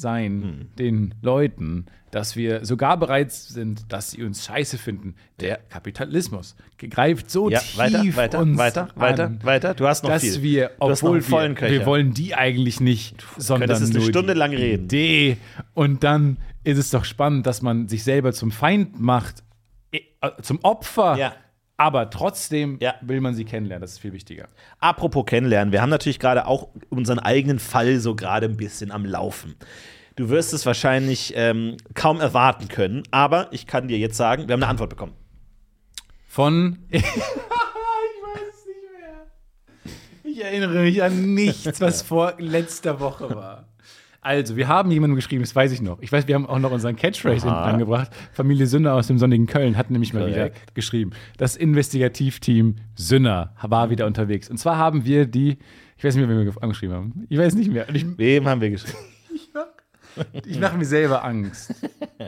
sein den Leuten, dass wir sogar bereit sind, dass sie uns scheiße finden. Der Kapitalismus greift so Ja, tief weiter, weiter, uns weiter, an, weiter, weiter. Du hast noch dass viel. wir, du hast noch obwohl einen vollen wir, Köcher. wir wollen die eigentlich nicht, sondern könntest es eine nur Stunde die lang reden. Idee. Und dann ist es doch spannend, dass man sich selber zum Feind macht, äh, zum Opfer. Ja. Aber trotzdem Ja. will man sie kennenlernen. Das ist viel wichtiger. Apropos kennenlernen, wir haben natürlich gerade auch unseren eigenen Fall so gerade ein bisschen am Laufen. Du wirst es wahrscheinlich ähm, kaum erwarten können, aber ich kann dir jetzt sagen, wir haben eine Antwort bekommen. Von. ich weiß es nicht mehr. Ich erinnere mich an nichts, was vor letzter Woche war. Also, wir haben jemandem geschrieben, das weiß ich noch. Ich weiß, wir haben auch noch unseren Catchphrase hinten angebracht. Familie Sünder aus dem sonnigen Köln hat nämlich mal wieder geschrieben. Das Investigativteam Sünder war wieder unterwegs. Und zwar haben wir die, ich weiß nicht mehr, wen wir angeschrieben haben. Ich weiß nicht mehr. Und Ich, Wem haben wir geschrieben? ich mache mir selber Angst.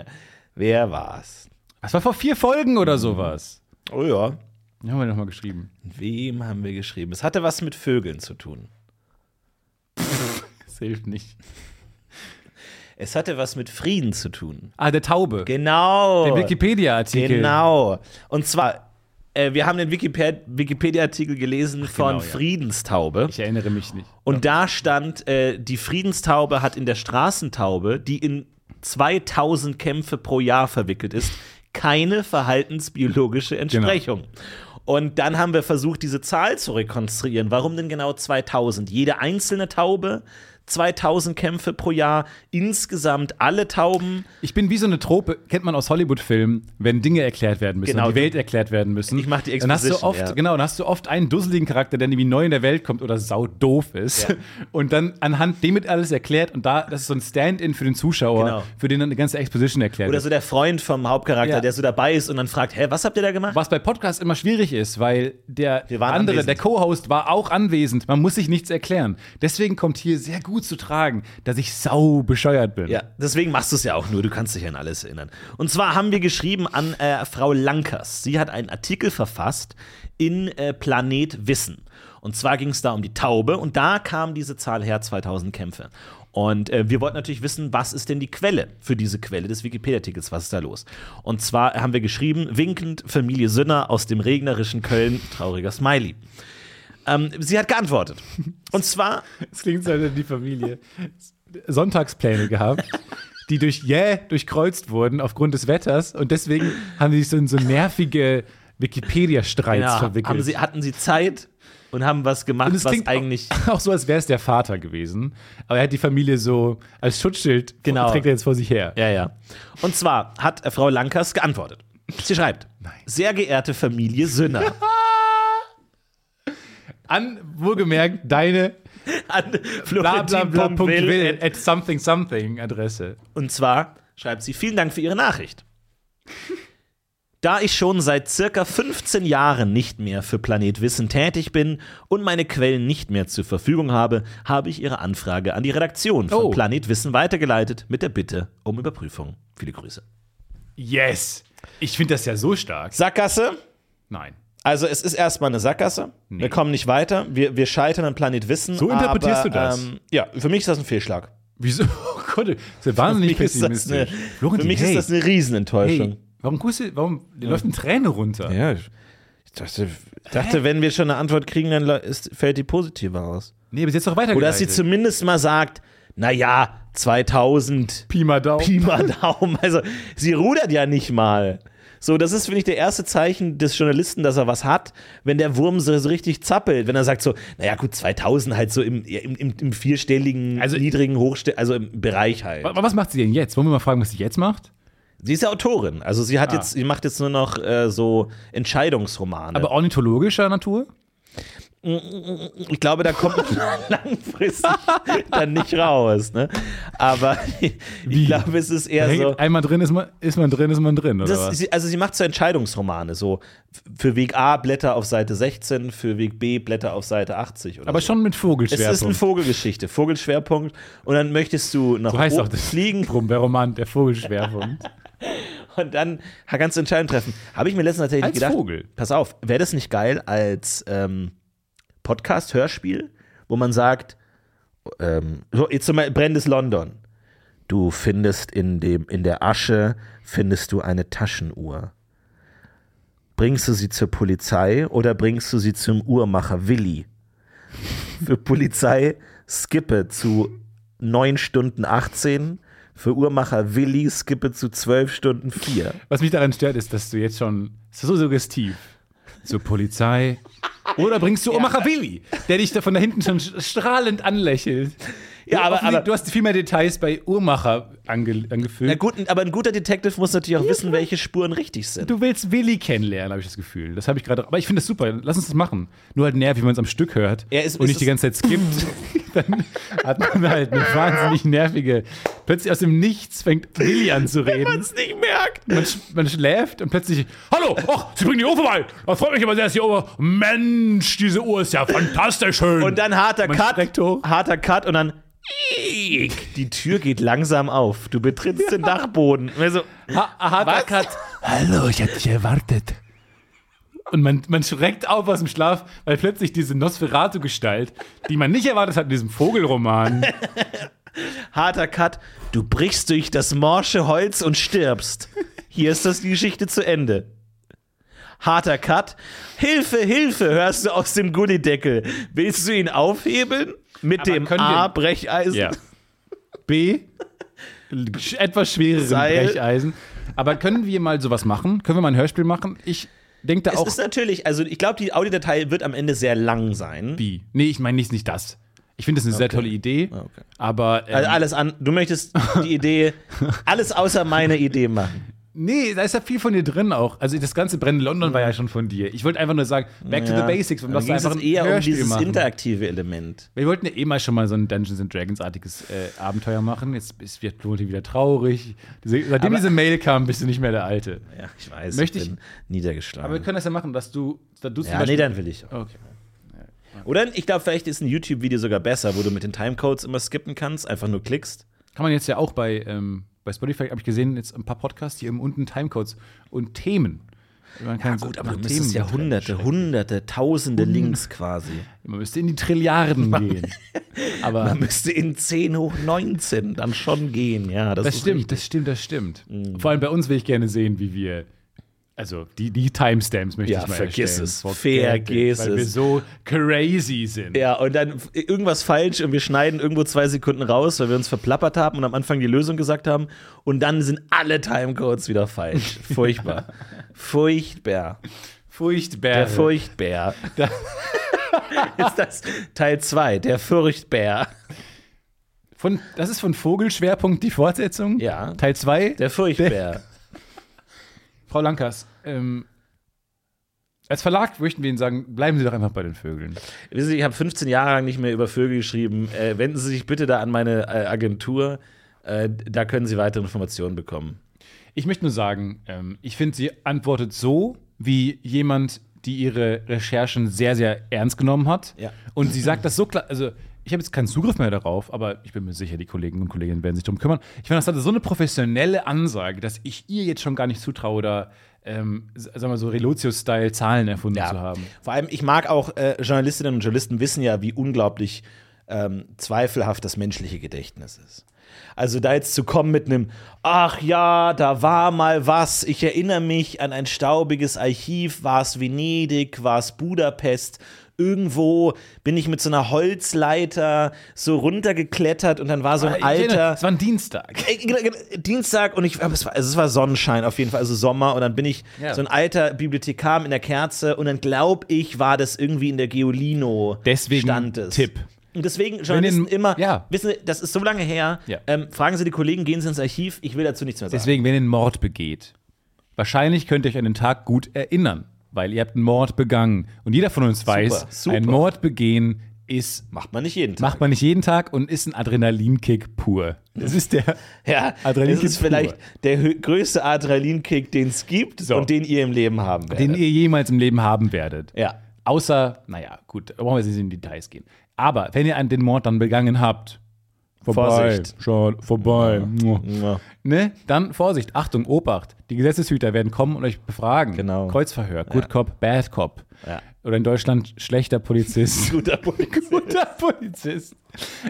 Wer war's? Das war vor vier Folgen oder sowas. Oh ja. Die haben wir nochmal geschrieben. Wem haben wir geschrieben? Es hatte was mit Vögeln zu tun. Das hilft nicht. Es hatte was mit Frieden zu tun. Ah, der Taube. Genau. Der Wikipedia-Artikel. Genau. Und zwar, äh, wir haben den Wikipedia- Wikipedia-Artikel gelesen von genau, ja. Friedenstaube. Ich erinnere mich nicht. Und da stand, äh, die Friedenstaube hat in der Straßentaube, die in 2000 Kämpfe pro Jahr verwickelt ist, keine verhaltensbiologische Entsprechung. Und dann haben wir versucht, diese Zahl zu rekonstruieren. Warum denn genau 2000? Jede einzelne Taube, 2000 Kämpfe pro Jahr, insgesamt alle Tauben. Ich bin wie so eine Trope, kennt man aus Hollywood-Filmen, wenn Dinge erklärt werden müssen, Genau. die Welt erklärt werden müssen. Ich mach die dann hast du Exposition, oft, ja. Genau, dann hast du oft einen dusseligen Charakter, der irgendwie neu in der Welt kommt oder saudoof ist. Ja. Und dann anhand dem wird alles erklärt und da, das ist so ein Stand-in für den Zuschauer, Genau. für den dann eine ganze Exposition erklärt Oder wird. so der Freund vom Hauptcharakter, Ja. der so dabei ist und dann fragt, hä, was habt ihr da gemacht? Was bei Podcasts immer schwierig ist, weil der Wir waren andere, anwesend. der Co-Host war auch anwesend. Man muss sich nichts erklären. Deswegen kommt hier sehr gut zu tragen, dass ich sau bescheuert bin. Ja, deswegen machst du es ja auch nur, du kannst dich an alles erinnern. Und zwar haben wir geschrieben an äh, Frau Lankers. Sie hat einen Artikel verfasst in äh, Planet Wissen. Und zwar ging es da um die Taube und da kam diese Zahl her, 2000 Kämpfe. Und äh, wir wollten natürlich wissen, was ist denn die Quelle für diese Quelle des Wikipedia-Artikels, was ist da los? Und zwar haben wir geschrieben, winkend Familie Sünner aus dem regnerischen Köln, trauriger Smiley. Ähm, sie hat geantwortet. Und zwar Das klingt so, als hätte die Familie Sonntagspläne gehabt, die durch jäh durchkreuzt wurden aufgrund des Wetters und deswegen haben sie sich so in so nervige Wikipedia-Streits verwickelt. Haben sie, hatten sie Zeit und haben was gemacht, und es was klingt eigentlich. auch, auch so, als wäre es der Vater gewesen. Aber er hat die Familie so als Schutzschild Genau. trägt er jetzt vor sich her. Ja, ja. Und zwar hat äh, Frau Lankers geantwortet. Sie schreibt: Sehr geehrte Familie Sünner. An, wohlgemerkt, deine An bla bla Florentin bla Punkt Pompil will at, at something something Adresse. Und zwar schreibt sie: Vielen Dank für Ihre Nachricht. Da ich schon seit circa 15 Jahren nicht mehr für Planet Wissen tätig bin und meine Quellen nicht mehr zur Verfügung habe, habe ich Ihre Anfrage an die Redaktion von Oh. Planet Wissen weitergeleitet mit der Bitte um Überprüfung. Viele Grüße. Yes! Ich finde das ja so stark. Sackgasse. Nein. Also es ist erstmal eine Sackgasse. Wir kommen nicht weiter. Wir, wir scheitern an Planet Wissen. So interpretierst aber, du das? Ähm, ja, für mich ist das ein Fehlschlag. Wieso? Oh Gott, das ist ja wahnsinnig Für mich ist das pessimistisch. eine- Florentin, für mich hey. ist das eine Riesenenttäuschung. Hey, warum guckst du, warum, dir läuft eine Träne runter? Ja, ich dachte, dachte wenn wir schon eine Antwort kriegen, dann le- ist, fällt die positiver aus. Nee, bis jetzt doch weiter Oder dass sie zumindest mal sagt, naja, 2000, Pi mal Daumen. Pi mal Daumen. Also sie rudert ja nicht mal. So, das ist, finde ich, der erste Zeichen des Journalisten, dass er was hat, wenn der Wurm so, so richtig zappelt. Wenn er sagt so, naja gut, 2000 halt so im, im, im, im vierstelligen, Also- niedrigen, hochstelligen, also im Bereich halt. Wa- Was macht sie denn jetzt? Wollen wir mal fragen, was sie jetzt macht? Sie ist ja Autorin. Also sie Ah. hat jetzt, sie macht jetzt nur noch äh, so Entscheidungsromane. Aber ornithologischer Natur? ich glaube, da kommt langfristig dann nicht raus. Ne? Aber ich Wie? glaube, es ist eher Hängt so. Einmal drin ist man, ist man drin, ist man drin, oder Das, was? sie, also sie macht so Entscheidungsromane, so f- für Weg A Blätter auf Seite 16, für Weg B Blätter auf Seite 80 oder Aber so. schon mit Es ist eine Vogelschwerpunkt. Vogelgeschichte, Vogelschwerpunkt und dann möchtest du nach So heißt auch oben das fliegen Drum, der Roman, der Vogelschwerpunkt. und dann ganz entscheidend treffen. Habe ich mir letztens tatsächlich Als gedacht, Vogel. pass auf, wäre das nicht geil als ähm, Podcast-Hörspiel, wo man sagt, ähm, so, jetzt zum Beispiel brennendes London. Du findest in, dem, in der Asche, findest du eine Taschenuhr. Bringst du sie zur Polizei oder bringst du sie zum Uhrmacher Willi? Für Polizei skippe zu 9 Stunden 18, für Uhrmacher Willi skippe zu 12 Stunden 4. Was mich daran stört, ist, dass du jetzt schon es ist so suggestiv zur Polizei oder bringst du Omaha Willi, der dich da von da hinten schon sch- strahlend anlächelt. Ja, Du- aber- offensichtlich- aber- du hast viel mehr Details bei Uhrmacher ange, angefüllt. Na gut, aber ein guter Detective muss natürlich auch wissen, welche Spuren richtig sind. Du willst Willi kennenlernen, habe ich das Gefühl. Das habe ich gerade. Aber ich finde das super. Lass uns das machen. Nur halt nervig, wenn man es am Stück hört Ja, es- und es nicht die ist- ganze Zeit skippt. Dann hat man halt eine wahnsinnig nervige. Plötzlich aus dem Nichts fängt Willi an zu reden. nicht merkt. Man, sch man schläft und plötzlich. Hallo! Ach, Sie bringen die Uhr vorbei! Das freut mich aber sehr, dass die Uhr. Mensch, diese Uhr ist ja fantastisch schön! Und dann harter Man Cut. streckt hoch. Harter Cut und dann. Die Tür geht langsam auf. Du betrittst den Dachboden. Also, Und wir so, Ha harter Cut. Hallo, ich hab dich erwartet. Und man, man schreckt auf aus dem Schlaf, weil plötzlich diese Nosferatu-Gestalt, die man nicht erwartet hat in diesem Vogelroman, harter Cut. Du brichst durch das morsche Holz und stirbst. Hier ist das die Geschichte zu Ende. Harter Cut. Hilfe, Hilfe, hörst du aus dem Gullideckel. Willst du ihn aufhebeln? Mit dem können wir- A-Brecheisen? Ja. B. sch- Etwas schwereren Seil. Brecheisen. Aber können wir mal sowas machen? Können wir mal ein Hörspiel machen? Ich denke da Es auch. ist natürlich, also ich glaube, die Audiodatei wird am Ende sehr lang sein. Wie? Nee, ich meine nicht, nicht das. Ich finde das eine sehr Okay. tolle Idee, Okay. aber ähm, Also alles an, du möchtest die Idee, alles außer meine Idee machen. nee, da ist ja viel von dir drin auch. Also das ganze Brennen London war ja schon von dir. Ich wollte einfach nur sagen, back to Ja. the basics. Und Dann lass ging uns es einfach ein eher um Hörspiel dieses machen. interaktive Element. Wir wollten ja eh mal schon mal so ein Dungeons and Dragons artiges äh, Abenteuer machen. Jetzt ist wird Lothar wieder traurig. Diese, seitdem Aber- diese Mail kam, bist du nicht mehr der Alte. Ja, ich weiß, Möchte ich ich- bin Aber wir niedergeschlagen. können das ja machen, dass du, dass du zum Ja, nee, dann will ich. auch. Okay. Oder ich glaube, vielleicht ist ein YouTube-Video sogar besser, wo du mit den Timecodes immer skippen kannst, einfach nur klickst. Kann man jetzt ja auch bei, ähm, bei Spotify, habe ich gesehen, jetzt ein paar Podcasts, die eben unten Timecodes und Themen. Man kann so Gut, aber nach du müsstest ja trennen. hunderte, hunderte, tausende Links quasi. Man müsste in die Trilliarden gehen. Aber Müsste in 10 hoch 19 dann schon gehen, ja. Das, das ist Mhm. stimmt, das stimmt, das stimmt. Vor allem bei uns will ich gerne sehen, wie wir. Also die, die Timestamps möchte Ja, ich mal vergiss erstellen. es, Forget it, vergiss Weil wir es. so crazy sind. Ja, und dann f- irgendwas falsch und wir schneiden irgendwo zwei Sekunden raus, weil wir uns verplappert haben und am Anfang die Lösung gesagt haben. Und dann sind alle Timecodes wieder falsch. Furchtbar. Furchtbar. Furchtbar. Der Furchtbär. Ist das Teil 2, der Furchtbär. Von, das ist von Vogelschwerpunkt die Fortsetzung. Ja. Teil 2. Der Furchtbär. Frau Lankas, ähm, als Verlag möchten wir Ihnen sagen, bleiben Sie doch einfach bei den Vögeln. Wissen Sie, ich habe 15 Jahre lang nicht mehr über Vögel geschrieben. Äh, wenden Sie sich bitte da an meine äh, Agentur. Äh, da können Sie weitere Informationen bekommen. Ich möchte nur sagen, ähm, ich finde, sie antwortet so, wie jemand, die ihre Recherchen sehr, sehr ernst genommen hat. Ja. Und sie sagt das so klar. Also, ich habe jetzt keinen Zugriff mehr darauf, aber ich bin mir sicher, die Kollegen und Kolleginnen werden sich darum kümmern. Ich finde, das hatte so eine professionelle Ansage, dass ich ihr jetzt schon gar nicht zutraue, da, ähm, s- sagen wir mal so, Relotius-Style Zahlen erfunden zu haben. Vor allem, ich mag auch, äh, Journalistinnen und Journalisten wissen ja, wie unglaublich ähm, zweifelhaft das menschliche Gedächtnis ist. Also da jetzt zu kommen mit einem, ach ja, da war mal was, ich erinnere mich an ein staubiges Archiv, war es Venedig, war es Budapest, irgendwo bin ich mit so einer Holzleiter so runtergeklettert und dann war so ein Ah, Ich erinnere, alter... Es war ein Dienstag. Ey, genau, genau, Dienstag und ich, aber es war, also es war Sonnenschein auf jeden Fall, also Sommer und dann bin ich Ja. so ein alter Bibliothekar mit einer Kerze und dann glaube ich, war das irgendwie in der Geolino Deswegen stand es. Tipp. Und deswegen Journalisten den- immer, ja. wissen Sie, das ist so lange her, Ja. ähm, fragen Sie die Kollegen, gehen Sie ins Archiv, ich will dazu nichts mehr sagen. Deswegen, wenn ihr einen Mord begeht, wahrscheinlich könnt ihr euch an den Tag gut erinnern, weil ihr habt einen Mord begangen. Und jeder von uns weiß, super. ein Mord begehen ist, macht man nicht jeden Tag. macht man nicht jeden Tag und ist ein Adrenalinkick pur. Das ist der. ja, Adrenalinkick das ist vielleicht pur. der hö- größte Adrenalinkick, den es gibt So. und den ihr im Leben haben werdet. den ihr jemals im Leben haben werdet. ja. Außer, naja, gut, da brauchen wir jetzt nicht in die Details gehen. Aber wenn ihr an den Mord dann begangen habt, vorbei, Vorsicht. Schon, vorbei. Mua. Ja. Ne? Dann Vorsicht, Achtung, Obacht. Die Gesetzeshüter werden kommen und euch befragen. Genau. Kreuzverhör, Good Cop, Bad Cop. Ja. Oder in Deutschland schlechter Polizist. Guter Punkt. Guter Polizist.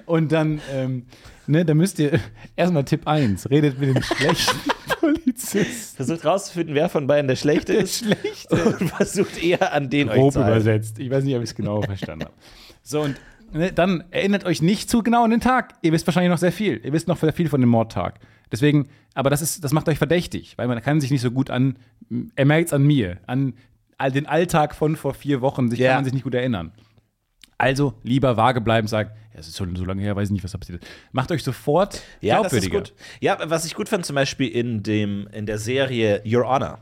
Und dann, ähm, ne, da müsst ihr erstmal Tipp 1, redet mit dem schlechten Polizist. Versucht rauszufinden, wer von beiden der Schlechte Der ist. schlechte. und versucht eher an den euch Grob zu halten. übersetzt. Ich weiß nicht, ob ich es genau verstanden habe. So, und ne, dann erinnert euch nicht zu genau an den Tag. Ihr wisst wahrscheinlich noch sehr viel. Ihr wisst noch sehr viel von dem Mordtag. Deswegen, aber das, ist, das macht euch verdächtig, weil man kann sich nicht so gut an, er merkt es an mir, an all den Alltag von vor vier Wochen, sich Ja. kann man sich nicht gut erinnern. Also lieber vage bleiben, sagen, ja, es ist schon so lange her, weiß ich nicht, was da passiert ist. Macht euch sofort Ja, das ist glaubwürdiger. gut. Ja, was ich gut fand, zum Beispiel in, dem, in der Serie Your Honor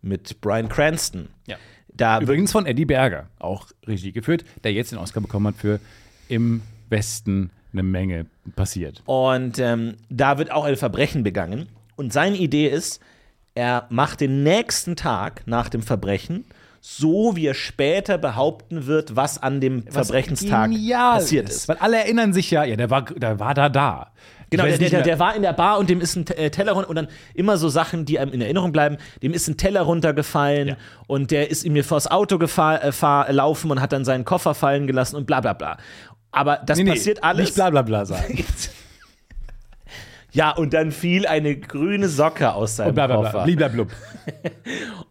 mit Brian Cranston. Ja. Da Übrigens von Eddie Berger, auch Regie geführt, der jetzt den Oscar bekommen hat für Im Westen eine Menge passiert. Und ähm, da wird auch ein Verbrechen begangen. Und seine Idee ist, er macht den nächsten Tag nach dem Verbrechen so, wie er später behaupten wird, was an dem Verbrechenstag Genial passiert ist. Weil alle erinnern sich ja, ja, der war, der war da da. Genau, Ich der, weiß der, nicht der, mehr- der war in der Bar und dem ist ein Te- äh, Teller runter und dann immer so Sachen, die einem in Erinnerung bleiben. Dem ist ein Teller runtergefallen Ja. und der ist ihm mir vors Auto gefahr, äh, fahr, laufen und hat dann seinen Koffer fallen gelassen und bla bla bla. Aber das Nee, nee, passiert alles. Nicht bla bla bla sagen. ja, und dann fiel eine grüne Socke aus seinem bla bla Koffer. bla. Bliblablub.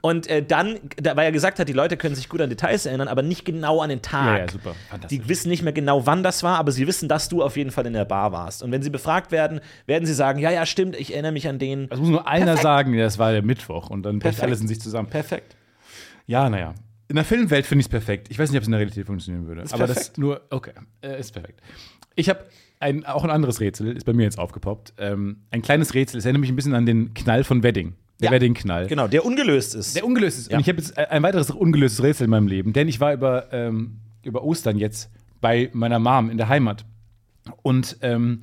Und äh, dann, da, weil er gesagt hat, die Leute können sich gut an Details erinnern, aber nicht genau an den Tag. Ja, ja, super. Fantastisch. Die wissen nicht mehr genau, wann das war, aber sie wissen, dass du auf jeden Fall in der Bar warst. Und wenn sie befragt werden, werden sie sagen, ja, ja, stimmt, ich erinnere mich an den. Also, Das muss nur einer sagen, ja, das war der Mittwoch und dann bricht Perfekt. alles in sich zusammen. Perfekt. Ja, naja. In der Filmwelt finde ich es perfekt. Ich weiß nicht, ob es in der Realität funktionieren würde. aber das perfekt. nur, okay, äh, ist perfekt. Ich habe ein, auch ein anderes Rätsel, ist bei mir jetzt aufgepoppt. Ähm, ein kleines Rätsel, es erinnert mich ein bisschen an den Knall von Wedding. Der Ja. Wedding-Knall. Genau, der ungelöst ist. Der ungelöst ist. Ja. Und ich habe jetzt äh, ein weiteres ungelöstes Rätsel in meinem Leben, denn ich war über, ähm, über Ostern jetzt bei meiner Mom in der Heimat. Und ähm,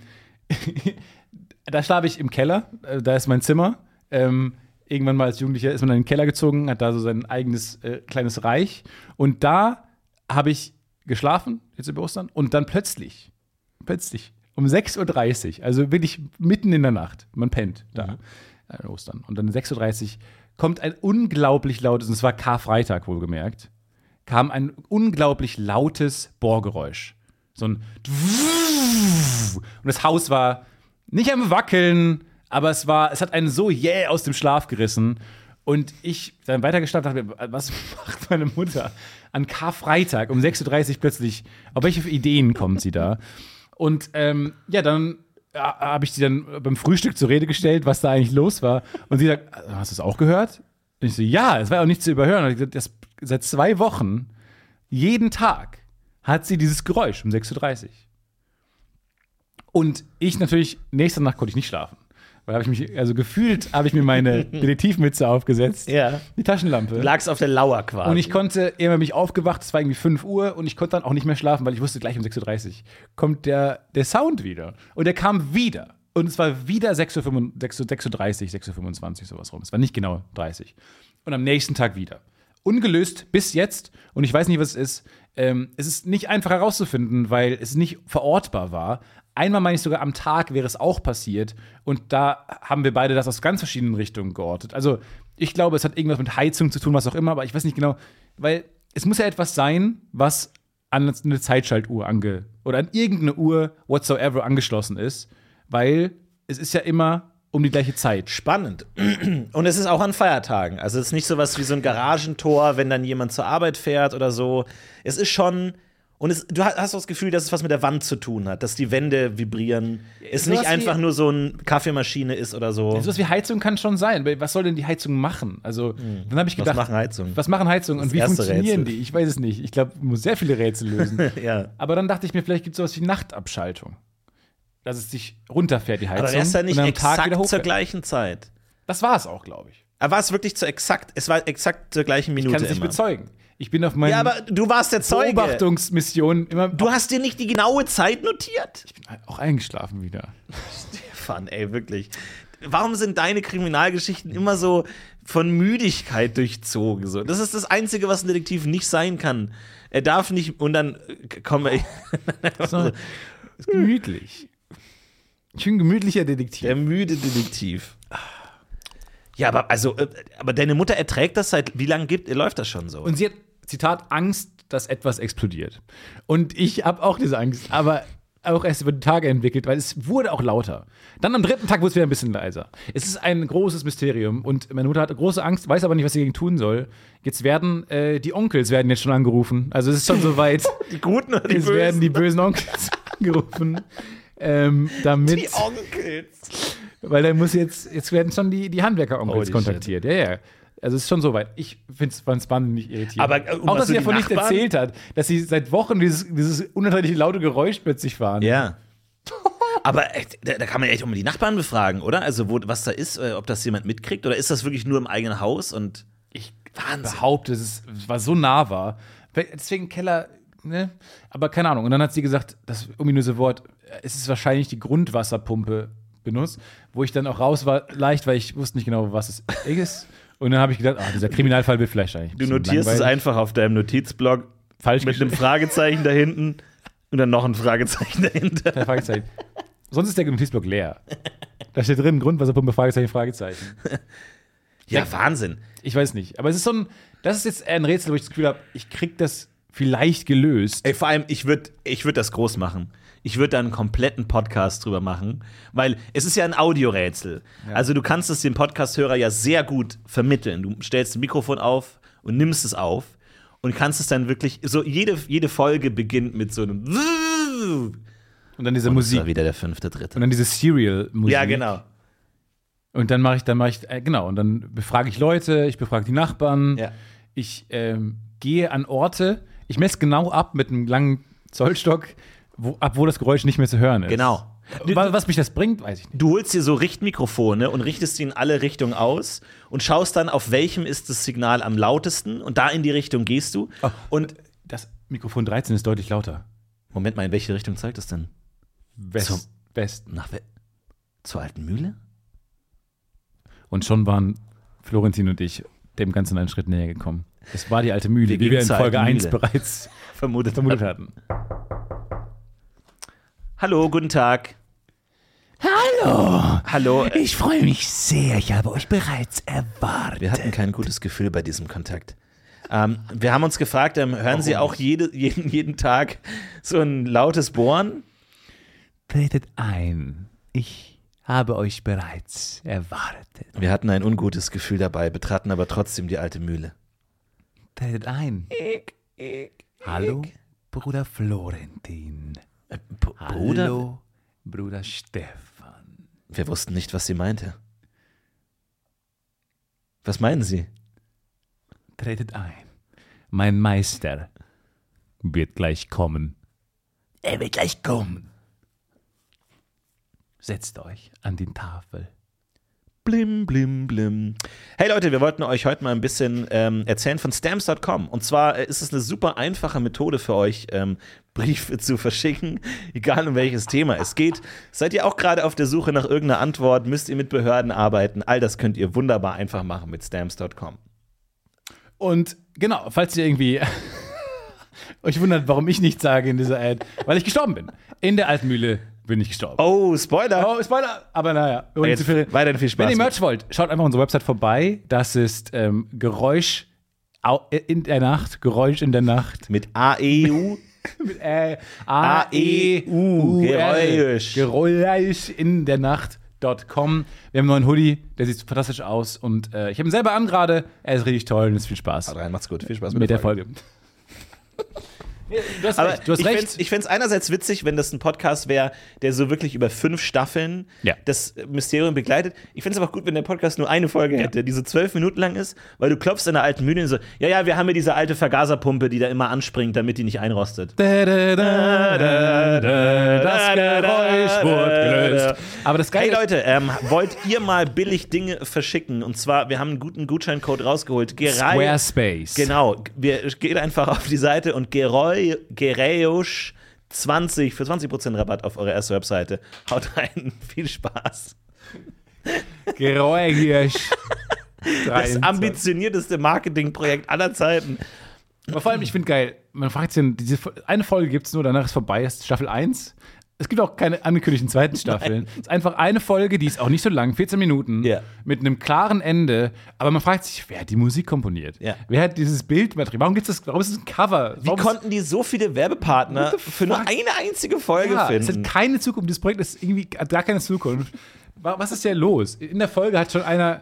da schlafe ich im Keller, äh, da ist mein Zimmer. Ähm, irgendwann mal als Jugendlicher ist man in den Keller gezogen, hat da so sein eigenes äh, kleines Reich. Und da habe ich geschlafen, jetzt über Ostern, und dann plötzlich, plötzlich, um 6.30 Uhr, also wirklich mitten in der Nacht, man pennt da an Äh, Ostern. Und dann 6.30 Uhr kommt ein unglaublich lautes, und es war Karfreitag wohlgemerkt, kam ein unglaublich lautes Bohrgeräusch. So ein und das Haus war nicht am Wackeln, aber es war, es hat einen so jäh aus dem Schlaf gerissen. Und ich dann weitergeschlafen dachte mir, was macht meine Mutter an Karfreitag um 6.30 Uhr plötzlich? Auf welche Ideen kommt sie da? Und ähm, ja, dann ja, habe ich sie dann beim Frühstück zur Rede gestellt, was da eigentlich los war. Und sie sagt, hast du es auch gehört? Und ich so, ja, es war auch nicht zu überhören. Und ich gesagt, das, seit zwei Wochen, jeden Tag, hat sie dieses Geräusch um 6.30 Uhr. Und ich natürlich, nächste Nacht konnte ich nicht schlafen. Weil habe ich mich, also gefühlt habe ich mir meine Detektivmütze aufgesetzt. Ja. Die Taschenlampe. Lag's auf der Lauer quasi. und ich konnte, irgendwann bin ich aufgewacht, es war irgendwie 5 Uhr und ich konnte dann auch nicht mehr schlafen, weil ich wusste, gleich um 6.30 Uhr kommt der, der Sound wieder. Und der kam wieder. Und es war wieder 6.35 Uhr, 6.25 Uhr, sowas rum. Es war nicht genau 30. Und am nächsten Tag wieder. Ungelöst bis jetzt. Und ich weiß nicht, was es ist. Ähm, es ist nicht einfach herauszufinden, weil es nicht verortbar war. Einmal meine ich sogar am Tag wäre es auch passiert. Und da haben wir beide das aus ganz verschiedenen Richtungen geortet. Also ich glaube, es hat irgendwas mit Heizung zu tun, was auch immer. Aber ich weiß nicht genau, weil es muss ja etwas sein, was an eine Zeitschaltuhr ange oder an irgendeine Uhr whatsoever angeschlossen ist, weil es ist ja immer um die gleiche Zeit. Spannend. Und es ist auch an Feiertagen. Also es ist nicht sowas wie so ein Garagentor, wenn dann jemand zur Arbeit fährt oder so. Es ist schon. Und es, du ha- hast auch das Gefühl, dass es was mit der Wand zu tun hat, dass die Wände vibrieren. Es sowas nicht einfach wie- nur so eine Kaffeemaschine ist oder so. Sowas wie Heizung kann schon sein. weil Was soll denn die Heizung machen? Also, dann habe ich gedacht, Hm. machen Heizungen? Was machen Heizungen und wie erste funktionieren Rätsel. die? Ich weiß es nicht. Ich glaube, man muss sehr viele Rätsel lösen. ja. Aber dann dachte ich mir, vielleicht gibt es sowas wie Nachtabschaltung. Dass es dich runterfährt, die Heizung. Aber wär's da nicht und am Tag wieder exakt zur hochfährt. gleichen Zeit? Das war es auch, glaube ich. Aber war es wirklich zu exakt? Es war exakt zur gleichen Minute Kann es nicht immer. bezeugen. Ich bin auf meinen Ja, aber du warst der Zeuge. Beobachtungsmissionen immer Du hast dir nicht die genaue Zeit notiert? auch eingeschlafen wieder. Fun, ey, wirklich. Warum sind deine Kriminalgeschichten immer so von Müdigkeit durchzogen? So? Das ist das Einzige, was ein Detektiv nicht sein kann. Er darf nicht, und dann äh, kommen wir. So. Ist gemütlich. Ich bin ein gemütlicher Detektiv. Der müde Detektiv. Ja, aber also, äh, aber deine Mutter erträgt das seit wie lange gibt, läuft das schon so? Und sie hat, Zitat, Angst, dass etwas explodiert. Und ich habe auch diese Angst, aber auch erst über die Tage entwickelt, weil es wurde auch lauter. Dann am dritten Tag wurde es wieder ein bisschen leiser. Es ist ein großes Mysterium und meine Mutter hat große Angst, weiß aber nicht, was sie dagegen tun soll. Jetzt werden äh, die Onkels werden jetzt schon angerufen. Also es ist schon soweit. die guten oder die es werden bösen? die bösen Onkels angerufen. Ähm, damit die Onkels. Weil dann muss jetzt, jetzt werden schon die, die Handwerker-Onkels Holy kontaktiert. Ja, ja. Also es ist schon soweit. Ich finde es spannend nicht irritierend. Aber, äh, und auch, dass was sie so die davon nicht Nachbarn? erzählt hat, dass sie seit Wochen dieses, dieses unerträgliche laute Geräusch plötzlich waren. Ja. Aber äh, da, da kann man ja echt auch mal die Nachbarn befragen, oder? Also, wo, was da ist, äh, ob das jemand mitkriegt oder ist das wirklich nur im eigenen Haus und. Ich Wahnsinn. behaupte, es ist- es war so nah war. Deswegen Keller, ne? Aber keine Ahnung. Und dann hat sie gesagt, das ominöse Wort, äh, es ist wahrscheinlich die Grundwasserpumpe benutzt, wo ich dann auch raus war, leicht, weil ich wusste nicht genau, was es ist. Und dann habe ich gedacht, ah, dieser Kriminalfall wird vielleicht eigentlich. ein Du bisschen notierst es langweilig. einfach auf deinem Notizblock Falsch mit einem Fragezeichen da hinten und dann noch ein Fragezeichen dahinter. Drei Fragezeichen. Sonst ist der Notizblock leer. Da steht drin, Grundwasserpumpe, Fragezeichen, Fragezeichen. Ja, Wahnsinn. Ich weiß nicht. Aber es ist so ein, das ist jetzt ein Rätsel, wo ich das Gefühl habe, ich krieg das vielleicht gelöst. Ey, vor allem, ich würde ich würd das groß machen. Ich würde da einen kompletten Podcast drüber machen, weil es ist ja ein Audiorätsel. Also du kannst es dem Podcasthörer ja sehr gut vermitteln. Du stellst ein Mikrofon auf und nimmst es auf und kannst es dann wirklich, so jede, jede Folge beginnt mit so einem Und dann diese Das Musik. war wieder der fünfte, dritte. Und dann diese Serial-Musik. Ja, genau. Und dann mache ich, dann mache ich, äh, genau, und dann befrage ich Leute, ich befrage die Nachbarn. Ja. Ich ähm, gehe an Orte, ich messe genau ab mit einem langen Zollstock, wo, ab wo das Geräusch nicht mehr zu hören ist. Genau. Was, was mich das bringt, weiß ich nicht. Du holst dir so Richtmikrofone und richtest sie in alle Richtungen aus und schaust dann, auf welchem ist das Signal am lautesten und da in die Richtung gehst du. Ah. Und Das Mikrofon 13 ist deutlich lauter. Moment mal, in welche Richtung zeigt das denn? West, Zum- Westen. Nach we zur alten Mühle? Und schon waren Florentin und ich dem Ganzen einen Schritt näher gekommen. Es war die alte Mühle, Wir wie gehen wir in zur Folge alten 1 Mühle. bereits Vermutet. vermutet hatten. Hallo, guten Tag. Hallo. Hallo. äh, Ich freue mich sehr, ich habe euch bereits erwartet. Wir hatten kein gutes Gefühl bei diesem Kontakt. Ähm, wir haben uns gefragt, ähm, hören Sie auch jede, jeden, jeden Tag so ein lautes Bohren? Tretet ein, ich habe euch bereits erwartet. Wir hatten ein ungutes Gefühl dabei, betraten aber trotzdem die alte Mühle. Tretet ein. Hallo, Bruder Florentin. B Bruder? Hallo, Bruder Stefan. Wir wussten nicht, was sie meinte. Was meinen Sie? Tretet ein. Mein Meister wird gleich kommen. Er wird gleich kommen. Setzt euch an die Tafel. Blim, blim, blim. Hey Leute, wir wollten euch heute mal ein bisschen ähm, erzählen von stamps.com. Und zwar äh, ist es eine super einfache Methode für euch, ähm, Briefe zu verschicken, egal um welches Thema es geht. Seid ihr auch gerade auf der Suche nach irgendeiner Antwort? Müsst ihr mit Behörden arbeiten? All das könnt ihr wunderbar einfach machen mit stamps.com. Und genau, falls ihr irgendwie euch wundert, warum ich nichts sage in dieser Ad, weil ich gestorben bin. In der Altmühle bin ich gestorben. Oh, Spoiler! Oh, Spoiler! Aber naja, ohne Jetzt zu viel. weiterhin viel Spaß. Wenn ihr mit. Merch wollt, schaut einfach auf unsere Website vorbei. Das ist ähm, Geräusch au- in der Nacht, Geräusch in der Nacht. mit E AEU. Mit äh, E, A-E-U, E, Geräusch. Geräusch in der Nacht.com. Wir haben einen neuen Hoodie, der sieht fantastisch aus. Und äh, ich habe ihn selber an gerade. Er ist richtig toll und es ist viel Spaß Haut rein, macht's gut. Viel Spaß mit der Folge. Du hast Aber recht. Du hast ich recht. fänd's- ich fände es einerseits witzig, wenn das ein Podcast wäre, der so wirklich über fünf Staffeln Ja. das Mysterium begleitet. Ich fände es aber auch gut, wenn der Podcast nur eine Folge hätte, die so zwölf Minuten lang ist, weil du klopfst in der alten Mühle und so, ja, ja, wir haben hier diese alte Vergaserpumpe, die da immer anspringt, damit die nicht einrostet. Da, da, da, da, da, das Geräusch wurde gelöst. Aber das Hey Geile Leute, ähm, wollt ihr mal billig Dinge verschicken? Und zwar, wir haben einen guten Gutscheincode rausgeholt. Gerei- Squarespace. Genau, wir geht einfach auf die Seite und Geräusch 20 für 20% Rabatt auf eure erste Webseite. Haut rein, viel Spaß. Geräusch. Das ambitionierteste Marketingprojekt aller Zeiten. Aber vor allem, ich finde geil, man fragt sich, dann, diese Fo- eine Folge gibt es nur, danach ist vorbei, ist Staffel 1. Es gibt auch keine angekündigten zweiten Staffeln. Es ist einfach eine Folge, die ist auch nicht so lang, 14 Minuten, Ja. mit einem klaren Ende. Aber man fragt sich, wer hat die Musik komponiert? Ja. Wer hat dieses Bildmaterial? Warum, gibt's das, warum ist es ein Cover? Wie warum konnten die so viele Werbepartner What the für nur fuck? eine einzige Folge ja, Es finden? hat keine Zukunft. Dieses Projekt ist irgendwie hat gar keine Zukunft. Wa- Was ist hier los? In der Folge hat schon einer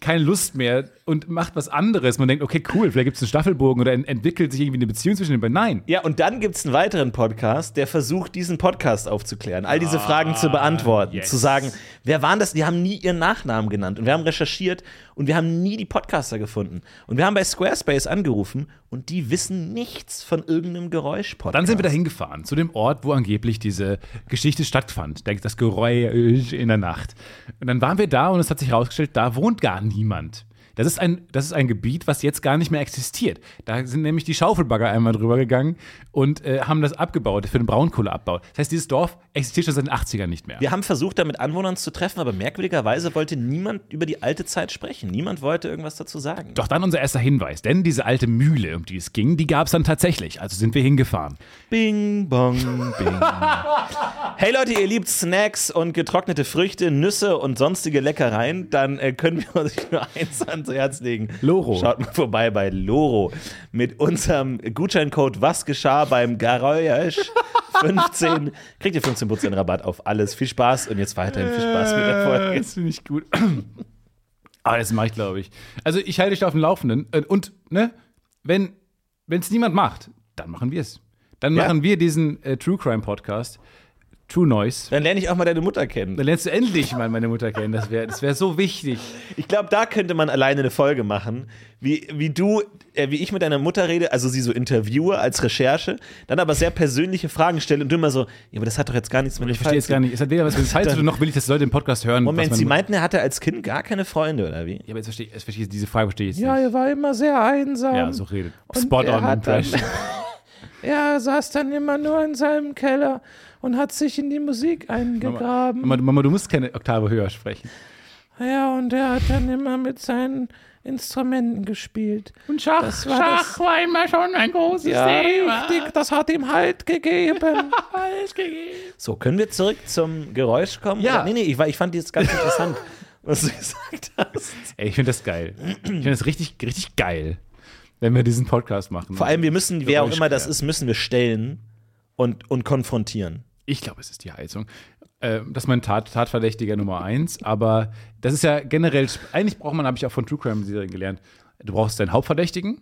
keine Lust mehr und macht was anderes. Man denkt, okay, cool, vielleicht gibt es einen Staffelbogen oder en- entwickelt sich irgendwie eine Beziehung zwischen den beiden. Nein. Ja, und dann gibt es einen weiteren Podcast, der versucht, diesen Podcast aufzuklären, all diese Fragen zu beantworten, Ah, yes. zu sagen, wer waren das? Die haben nie ihren Nachnamen genannt. Und wir haben recherchiert und wir haben nie die Podcaster gefunden. Und wir haben bei Squarespace angerufen und die wissen nichts von irgendeinem Geräusch-Podcast. Dann sind wir da hingefahren, zu dem Ort, wo angeblich diese Geschichte stattfand. Der- Das Geräusch in der Nacht. Und dann waren wir da und es hat sich herausgestellt, da wohnt gar niemand. Das ist, ein, das ist ein Gebiet, was jetzt gar nicht mehr existiert. Da sind nämlich die Schaufelbagger einmal drüber gegangen und äh, haben das abgebaut für den Braunkohleabbau. Das heißt, dieses Dorf existiert schon seit den 80ern nicht mehr. Wir haben versucht, da mit Anwohnern zu treffen, aber merkwürdigerweise wollte niemand über die alte Zeit sprechen. Niemand wollte irgendwas dazu sagen. Doch dann unser erster Hinweis, denn diese alte Mühle, um die es ging, die gab es dann tatsächlich. Also sind wir hingefahren. Bing, bong, bing. hey Leute, ihr liebt Snacks und getrocknete Früchte, Nüsse und sonstige Leckereien, dann äh, können wir euch nur eins ans Herz legen. Loro. Schaut mal vorbei bei Loro mit unserem Gutscheincode Was geschah beim Garage 15. Kriegt ihr 15% Rabatt auf alles. Viel Spaß und jetzt weiterhin viel Spaß mit der Äh, Folge. Das finde ich gut. Aber das mache ich, glaube ich. Also ich halte dich da auf dem Laufenden. Äh, Und, ne, wenn es niemand macht, dann machen wir es. Dann Ja. machen wir diesen äh, True Crime Podcast True Noise. Dann lerne ich auch mal deine Mutter kennen. Dann lernst du endlich mal meine Mutter kennen. Das wäre das wär so wichtig. Ich glaube, da könnte man alleine eine Folge machen, wie, wie du, äh, wie ich mit deiner Mutter rede, also sie so interviewe als Recherche, dann aber sehr persönliche Fragen stelle und du immer so, ja, aber das hat doch jetzt gar nichts mit Ich verstehe jetzt gar nicht. Es hat weder was mit Zeit zu tun, noch will ich, dass die Leute im Podcast hören. Moment, was sie man- meinten, er hatte als Kind gar keine Freunde, oder wie? Ja, aber jetzt verstehe ich, jetzt verstehe ich diese Frage verstehe ich jetzt er war immer sehr einsam. nicht. Ja, so redet. Spot er on hat dann- Impression. Er saß dann immer nur in seinem Keller und hat sich in die Musik eingegraben. Mama, Mama, du musst keine Oktave höher sprechen. Ja, und er hat dann immer mit seinen Instrumenten gespielt. Und Schach, war Schach das- war immer schon ein großes das hat ihm Halt gegeben. Halt. So, können wir zurück zum Geräusch kommen? Ja. Oder- Nee, nee, ich, war- ich fand das ganz interessant, was du gesagt hast. Ey, ich finde das geil. Ich finde das richtig, richtig geil, wenn wir diesen Podcast machen. Vor allem, wir müssen, wer auch Geräusch- immer das ja. ist, müssen wir stellen und, und konfrontieren. Ich glaube, es ist die Heizung. Ähm, das ist mein Tat, Tatverdächtiger Nummer eins. Aber das ist ja generell, sp- eigentlich braucht man, habe ich auch von True Crime-Serien gelernt, du brauchst deinen Hauptverdächtigen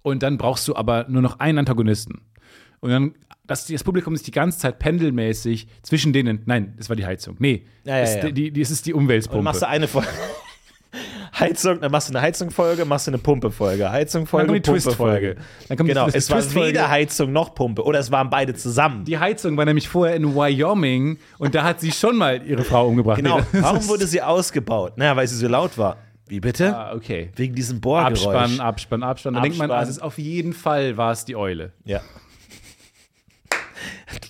und dann brauchst du aber nur noch einen Antagonisten. Und dann, das, das Publikum ist die ganze Zeit pendelmäßig zwischen denen. Nein, das war die Heizung. Nee, Ja, ja, das, ja. Die, die, es ist die Dann Umweltpumpe. machst du eine Folge. Heizung, dann machst du eine Heizungfolge, machst du eine Pumpefolge, Dann Heizungfolge, kommt die Pumpefolge. Twist-Folge. Dann kommt die- Genau, das es ist die war Twist-Folge. weder Heizung noch Pumpe oder es waren beide zusammen. die Heizung war nämlich vorher in Wyoming und da hat sie schon mal ihre Frau umgebracht. Genau. Nee, das Warum ist- wurde sie ausgebaut? Naja, weil sie so laut war. Wie bitte? Ah, okay. Wegen diesem Bohrgeräusch. Abspann, Abspann, Abspann. Dann denkt man, Abspann. ah, es ist auf jeden Fall war es die Eule. Ja.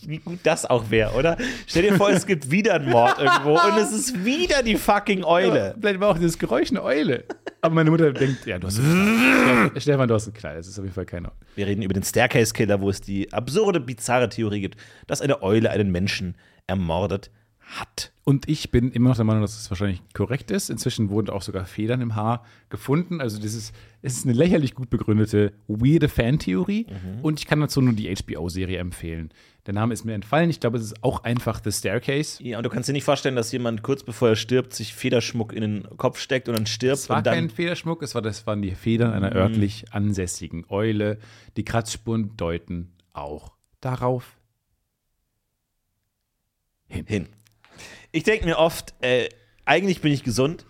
Wie gut das auch wäre, oder? Stell dir vor, es gibt wieder einen Mord irgendwo und es ist wieder die fucking Eule. Vielleicht war auch dieses Geräusch eine Eule. Aber meine Mutter denkt, ja, du hast einen Knall. Stefan, du hast einen Knall. Das ist auf jeden Fall keine Eule. Wir reden über den Staircase Killer, wo es die absurde, bizarre Theorie gibt, dass eine Eule einen Menschen ermordet hat. Und ich bin immer noch der Meinung, dass es wahrscheinlich korrekt ist. Inzwischen wurden auch sogar Federn im Haar gefunden. Also das ist, es ist eine lächerlich gut begründete, weirde Fantheorie. Und ich kann dazu nur die HBO-Serie empfehlen. Der Name ist mir entfallen. Ich glaube, es ist auch einfach The Staircase. Ja, und du kannst dir nicht vorstellen, dass jemand kurz bevor er stirbt, sich Federschmuck in den Kopf steckt und dann stirbt Es war und dann kein Federschmuck, es war, das waren die Federn einer örtlich ansässigen Eule. Die Kratzspuren deuten auch darauf. hin. Ich denke mir oft, äh, eigentlich bin ich gesund,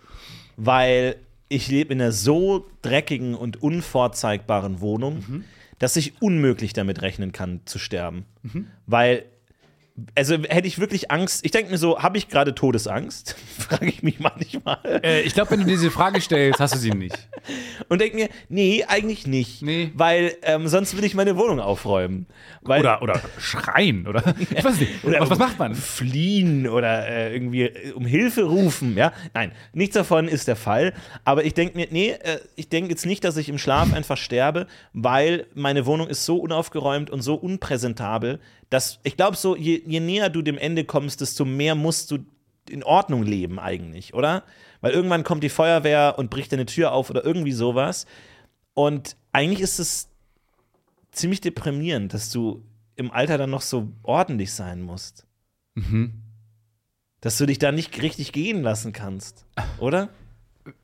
weil ich lebe in einer so dreckigen und unvorzeigbaren Wohnung, Mhm. dass ich unmöglich damit rechnen kann, zu sterben. Mhm. Weil, also hätte ich wirklich Angst, ich denke mir so, habe ich gerade Todesangst? Frage ich mich manchmal. Äh, ich glaube, wenn du diese Frage stellst, hast du sie nicht. Und denke mir, nee, eigentlich nicht. Nee. Weil ähm, sonst will ich meine Wohnung aufräumen. Weil, Oder, oder schreien, oder? Ich weiß nicht. Oder was, was um- macht man? Fliehen oder äh, irgendwie äh, um Hilfe rufen, ja? Nein, nichts davon ist der Fall. Aber ich denke mir, nee, äh, ich denke jetzt nicht, dass ich im Schlaf einfach sterbe, weil meine Wohnung ist so unaufgeräumt und so unpräsentabel, dass ich glaube, so je, je näher du dem Ende kommst, desto mehr musst du in Ordnung leben eigentlich, oder? Weil irgendwann kommt die Feuerwehr und bricht deine Tür auf oder irgendwie sowas. Und eigentlich ist es ziemlich deprimierend, dass du im Alter dann noch so ordentlich sein musst Mhm. dass du dich da nicht richtig gehen lassen kannst, oder?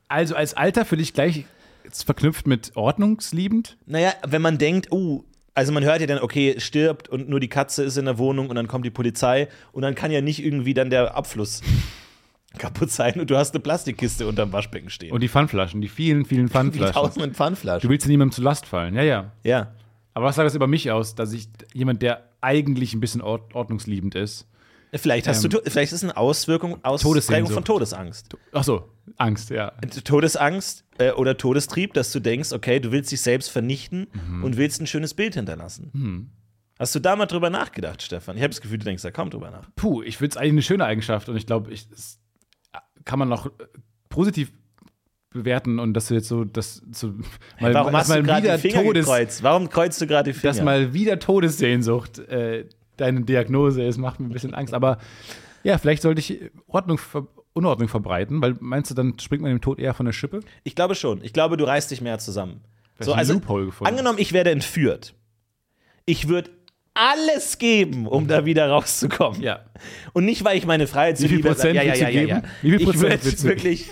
Also als Alter für dich gleich jetzt verknüpft mit ordnungsliebend? Naja, wenn man denkt, oh, also man hört ja dann, okay, stirbt und nur die Katze ist in der Wohnung und dann kommt die Polizei und dann kann ja nicht irgendwie dann der Abfluss kaputt sein und du hast eine Plastikkiste unterm Waschbecken stehen. Und die Pfandflaschen, die vielen, vielen mit Pfandflaschen. tausenden Du Pfandflaschen. willst ja niemandem zur Last fallen, ja, ja. Ja. Aber was sagt das über mich aus, dass ich jemand, der eigentlich ein bisschen ord ordnungsliebend ist? Vielleicht hast du, vielleicht ist es eine Auswirkung, Ausprägung Ähm, Todessehnsucht. von Todesangst. Ach so, Angst, ja. Todesangst äh, oder Todestrieb, dass du denkst, okay, du willst dich selbst vernichten Mhm. und willst ein schönes Bild hinterlassen. Hast du da mal drüber nachgedacht, Stefan? Ich habe das Gefühl, du denkst da kaum drüber nach. Puh, ich finde es eigentlich eine schöne Eigenschaft und ich glaube, ich, es kann man auch äh, positiv bewerten und dass du jetzt so das zu mal, Warum dass hast du gerade die Finger Todes, gekreuzt? Warum kreuzt du gerade die Finger? dass mal wieder Todessehnsucht äh, deine Diagnose ist, macht mir ein bisschen Angst. Aber ja, vielleicht sollte ich Ordnung ver Unordnung verbreiten, weil meinst du, dann springt man dem Tod eher von der Schippe? ich glaube schon. Ich glaube, du reißt dich mehr zusammen. So, ein also, Loophole gefunden. angenommen, ich werde entführt. Ich würde alles geben, um da wieder rauszukommen. Ja. Und nicht, weil ich meine Freiheit zu Wie viel liebe- Prozent ja, ja, willst ja, du ja, ja. geben? Wie viel Prozent ich willst würde du wirklich,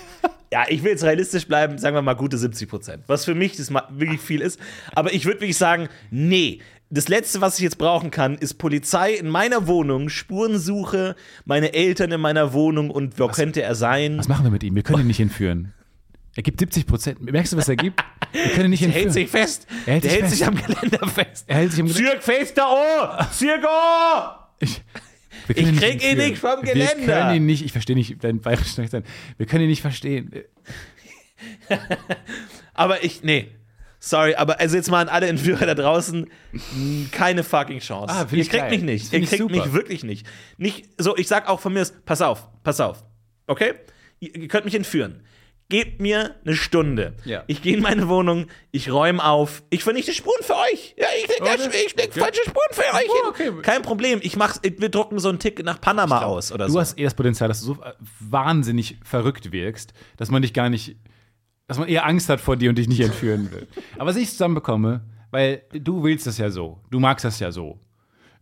ja, ich will jetzt realistisch bleiben, sagen wir mal gute 70 Prozent. Was für mich das ma- wirklich viel ist. Aber ich würde wirklich sagen, nee, Das letzte, was ich jetzt brauchen kann, ist Polizei in meiner Wohnung, Spurensuche, meine Eltern in meiner Wohnung und wer könnte er sein? Was machen wir mit ihm? Wir können ihn nicht entführen. Er gibt 70 Prozent. Merkst du, was er gibt? Wir können ihn nicht Er hält entführen. sich fest. Er hält der sich hält sich fest. am Geländer fest. er hält sich im Gesicht. Zirk fest da oh! Zirk oh! Ich, wir können Ich ihn krieg ihn entführen. nicht vom Wir Geländer. können ihn nicht, ich verstehe nicht dein bayerischen Akzent. Wir können ihn nicht verstehen. Aber ich, nee. Sorry, aber also jetzt mal an alle Entführer da draußen, mh, keine fucking Chance. Ah, find Ihr ich kriegt geil. mich nicht. Ihr Find ich kriegt mich super. wirklich nicht. Nicht so, ich sag auch von mir, aus, pass auf, pass auf. Okay? Ihr, ihr könnt mich entführen. Gebt mir eine Stunde. Ja. Ich gehe in meine Wohnung, ich räume auf, ich vernichte Spuren für euch. Ja, ich leg, Okay. ich leg Ja. falsche Spuren für euch Oh, hin. okay. Kein Problem. Ich mach's, wir drucken so ein Ticket nach Panama aus oder Du so. hast eh das Potenzial, dass du so äh, wahnsinnig verrückt wirkst, dass man dich gar nicht, dass man eher Angst hat vor dir und dich nicht entführen will. Aber was ich zusammenbekomme, weil du willst das ja so, du magst das ja so.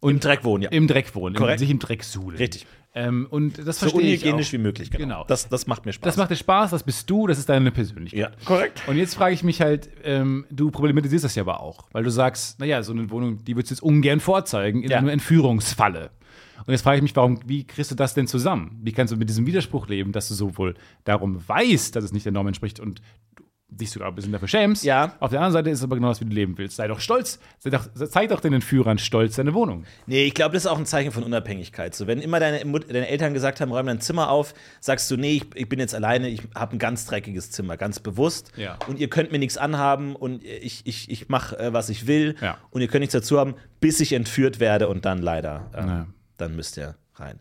Im Dreck wohnen, ja. Im Dreck wohnen, im, Korrekt. sich im Dreck suhlen. Richtig. Ähm, und das so verstehe ich unhygienisch auch. wie möglich, genau. Genau. Das, das macht mir Spaß. Das macht dir Spaß, das bist du, das ist deine Persönlichkeit. ja, korrekt. Und jetzt frage ich mich halt, ähm, du problematisierst das ja aber auch, weil du sagst, naja, so eine Wohnung, die würdest du jetzt ungern vorzeigen in Ja. einem Entführungsfalle. Und jetzt frage ich mich, warum, wie kriegst du das denn zusammen? Wie kannst du mit diesem Widerspruch leben, dass du sowohl darum weißt, dass es nicht der Norm entspricht und du dich sogar ein bisschen dafür schämst? Ja. Auf der anderen Seite ist es aber genau das, wie du leben willst. Sei doch stolz, sei doch, zeig doch den Entführern stolz deine Wohnung. Nee, ich glaube, das ist auch ein Zeichen von Unabhängigkeit. So, wenn immer deine, Mut deine Eltern gesagt haben, räum dein Zimmer auf, sagst du, nee, ich, ich bin jetzt alleine, ich habe ein ganz dreckiges Zimmer, ganz bewusst. Ja. Und ihr könnt mir nichts anhaben und ich, ich, ich mache, äh, was ich will. Ja. Und ihr könnt nichts dazu haben, bis ich entführt werde und dann leider, ähm, Ja. dann müsst ihr rein.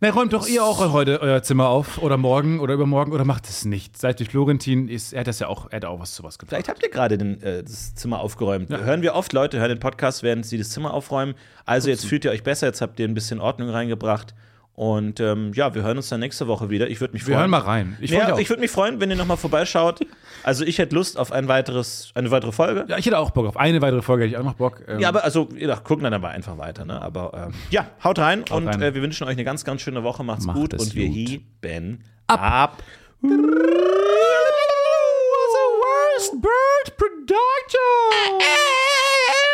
Na, räumt doch ihr auch heute euer Zimmer auf oder morgen oder übermorgen oder macht es nicht. Seit durch Florentin ist, er hat das ja auch, er hat auch was zu was gebracht. Vielleicht habt ihr gerade den, äh, das Zimmer aufgeräumt. Hören wir oft Leute, hören den Podcast, während sie das Zimmer aufräumen. Also jetzt fühlt ihr euch besser, jetzt habt ihr ein bisschen Ordnung reingebracht. Und ähm, ja, wir hören uns dann nächste Woche wieder. Ich würde mich Wir freuen. hören mal rein. Ich Ich, ja, freue mich auch. ich würde mich freuen, wenn ihr nochmal vorbeischaut. Also ich hätte Lust auf ein weiteres, eine weitere Folge. Ja, ich hätte auch Bock auf eine weitere Folge, hätte ich auch noch Bock. Ähm, Ja, aber also, ihr dacht, gucken dann aber einfach weiter. Ne? Aber ähm, ja, haut rein und rein. Äh, wir wünschen euch eine ganz, ganz schöne Woche. Macht's Macht gut es und wir gut. hieben ab. ab. Worst Bird Production!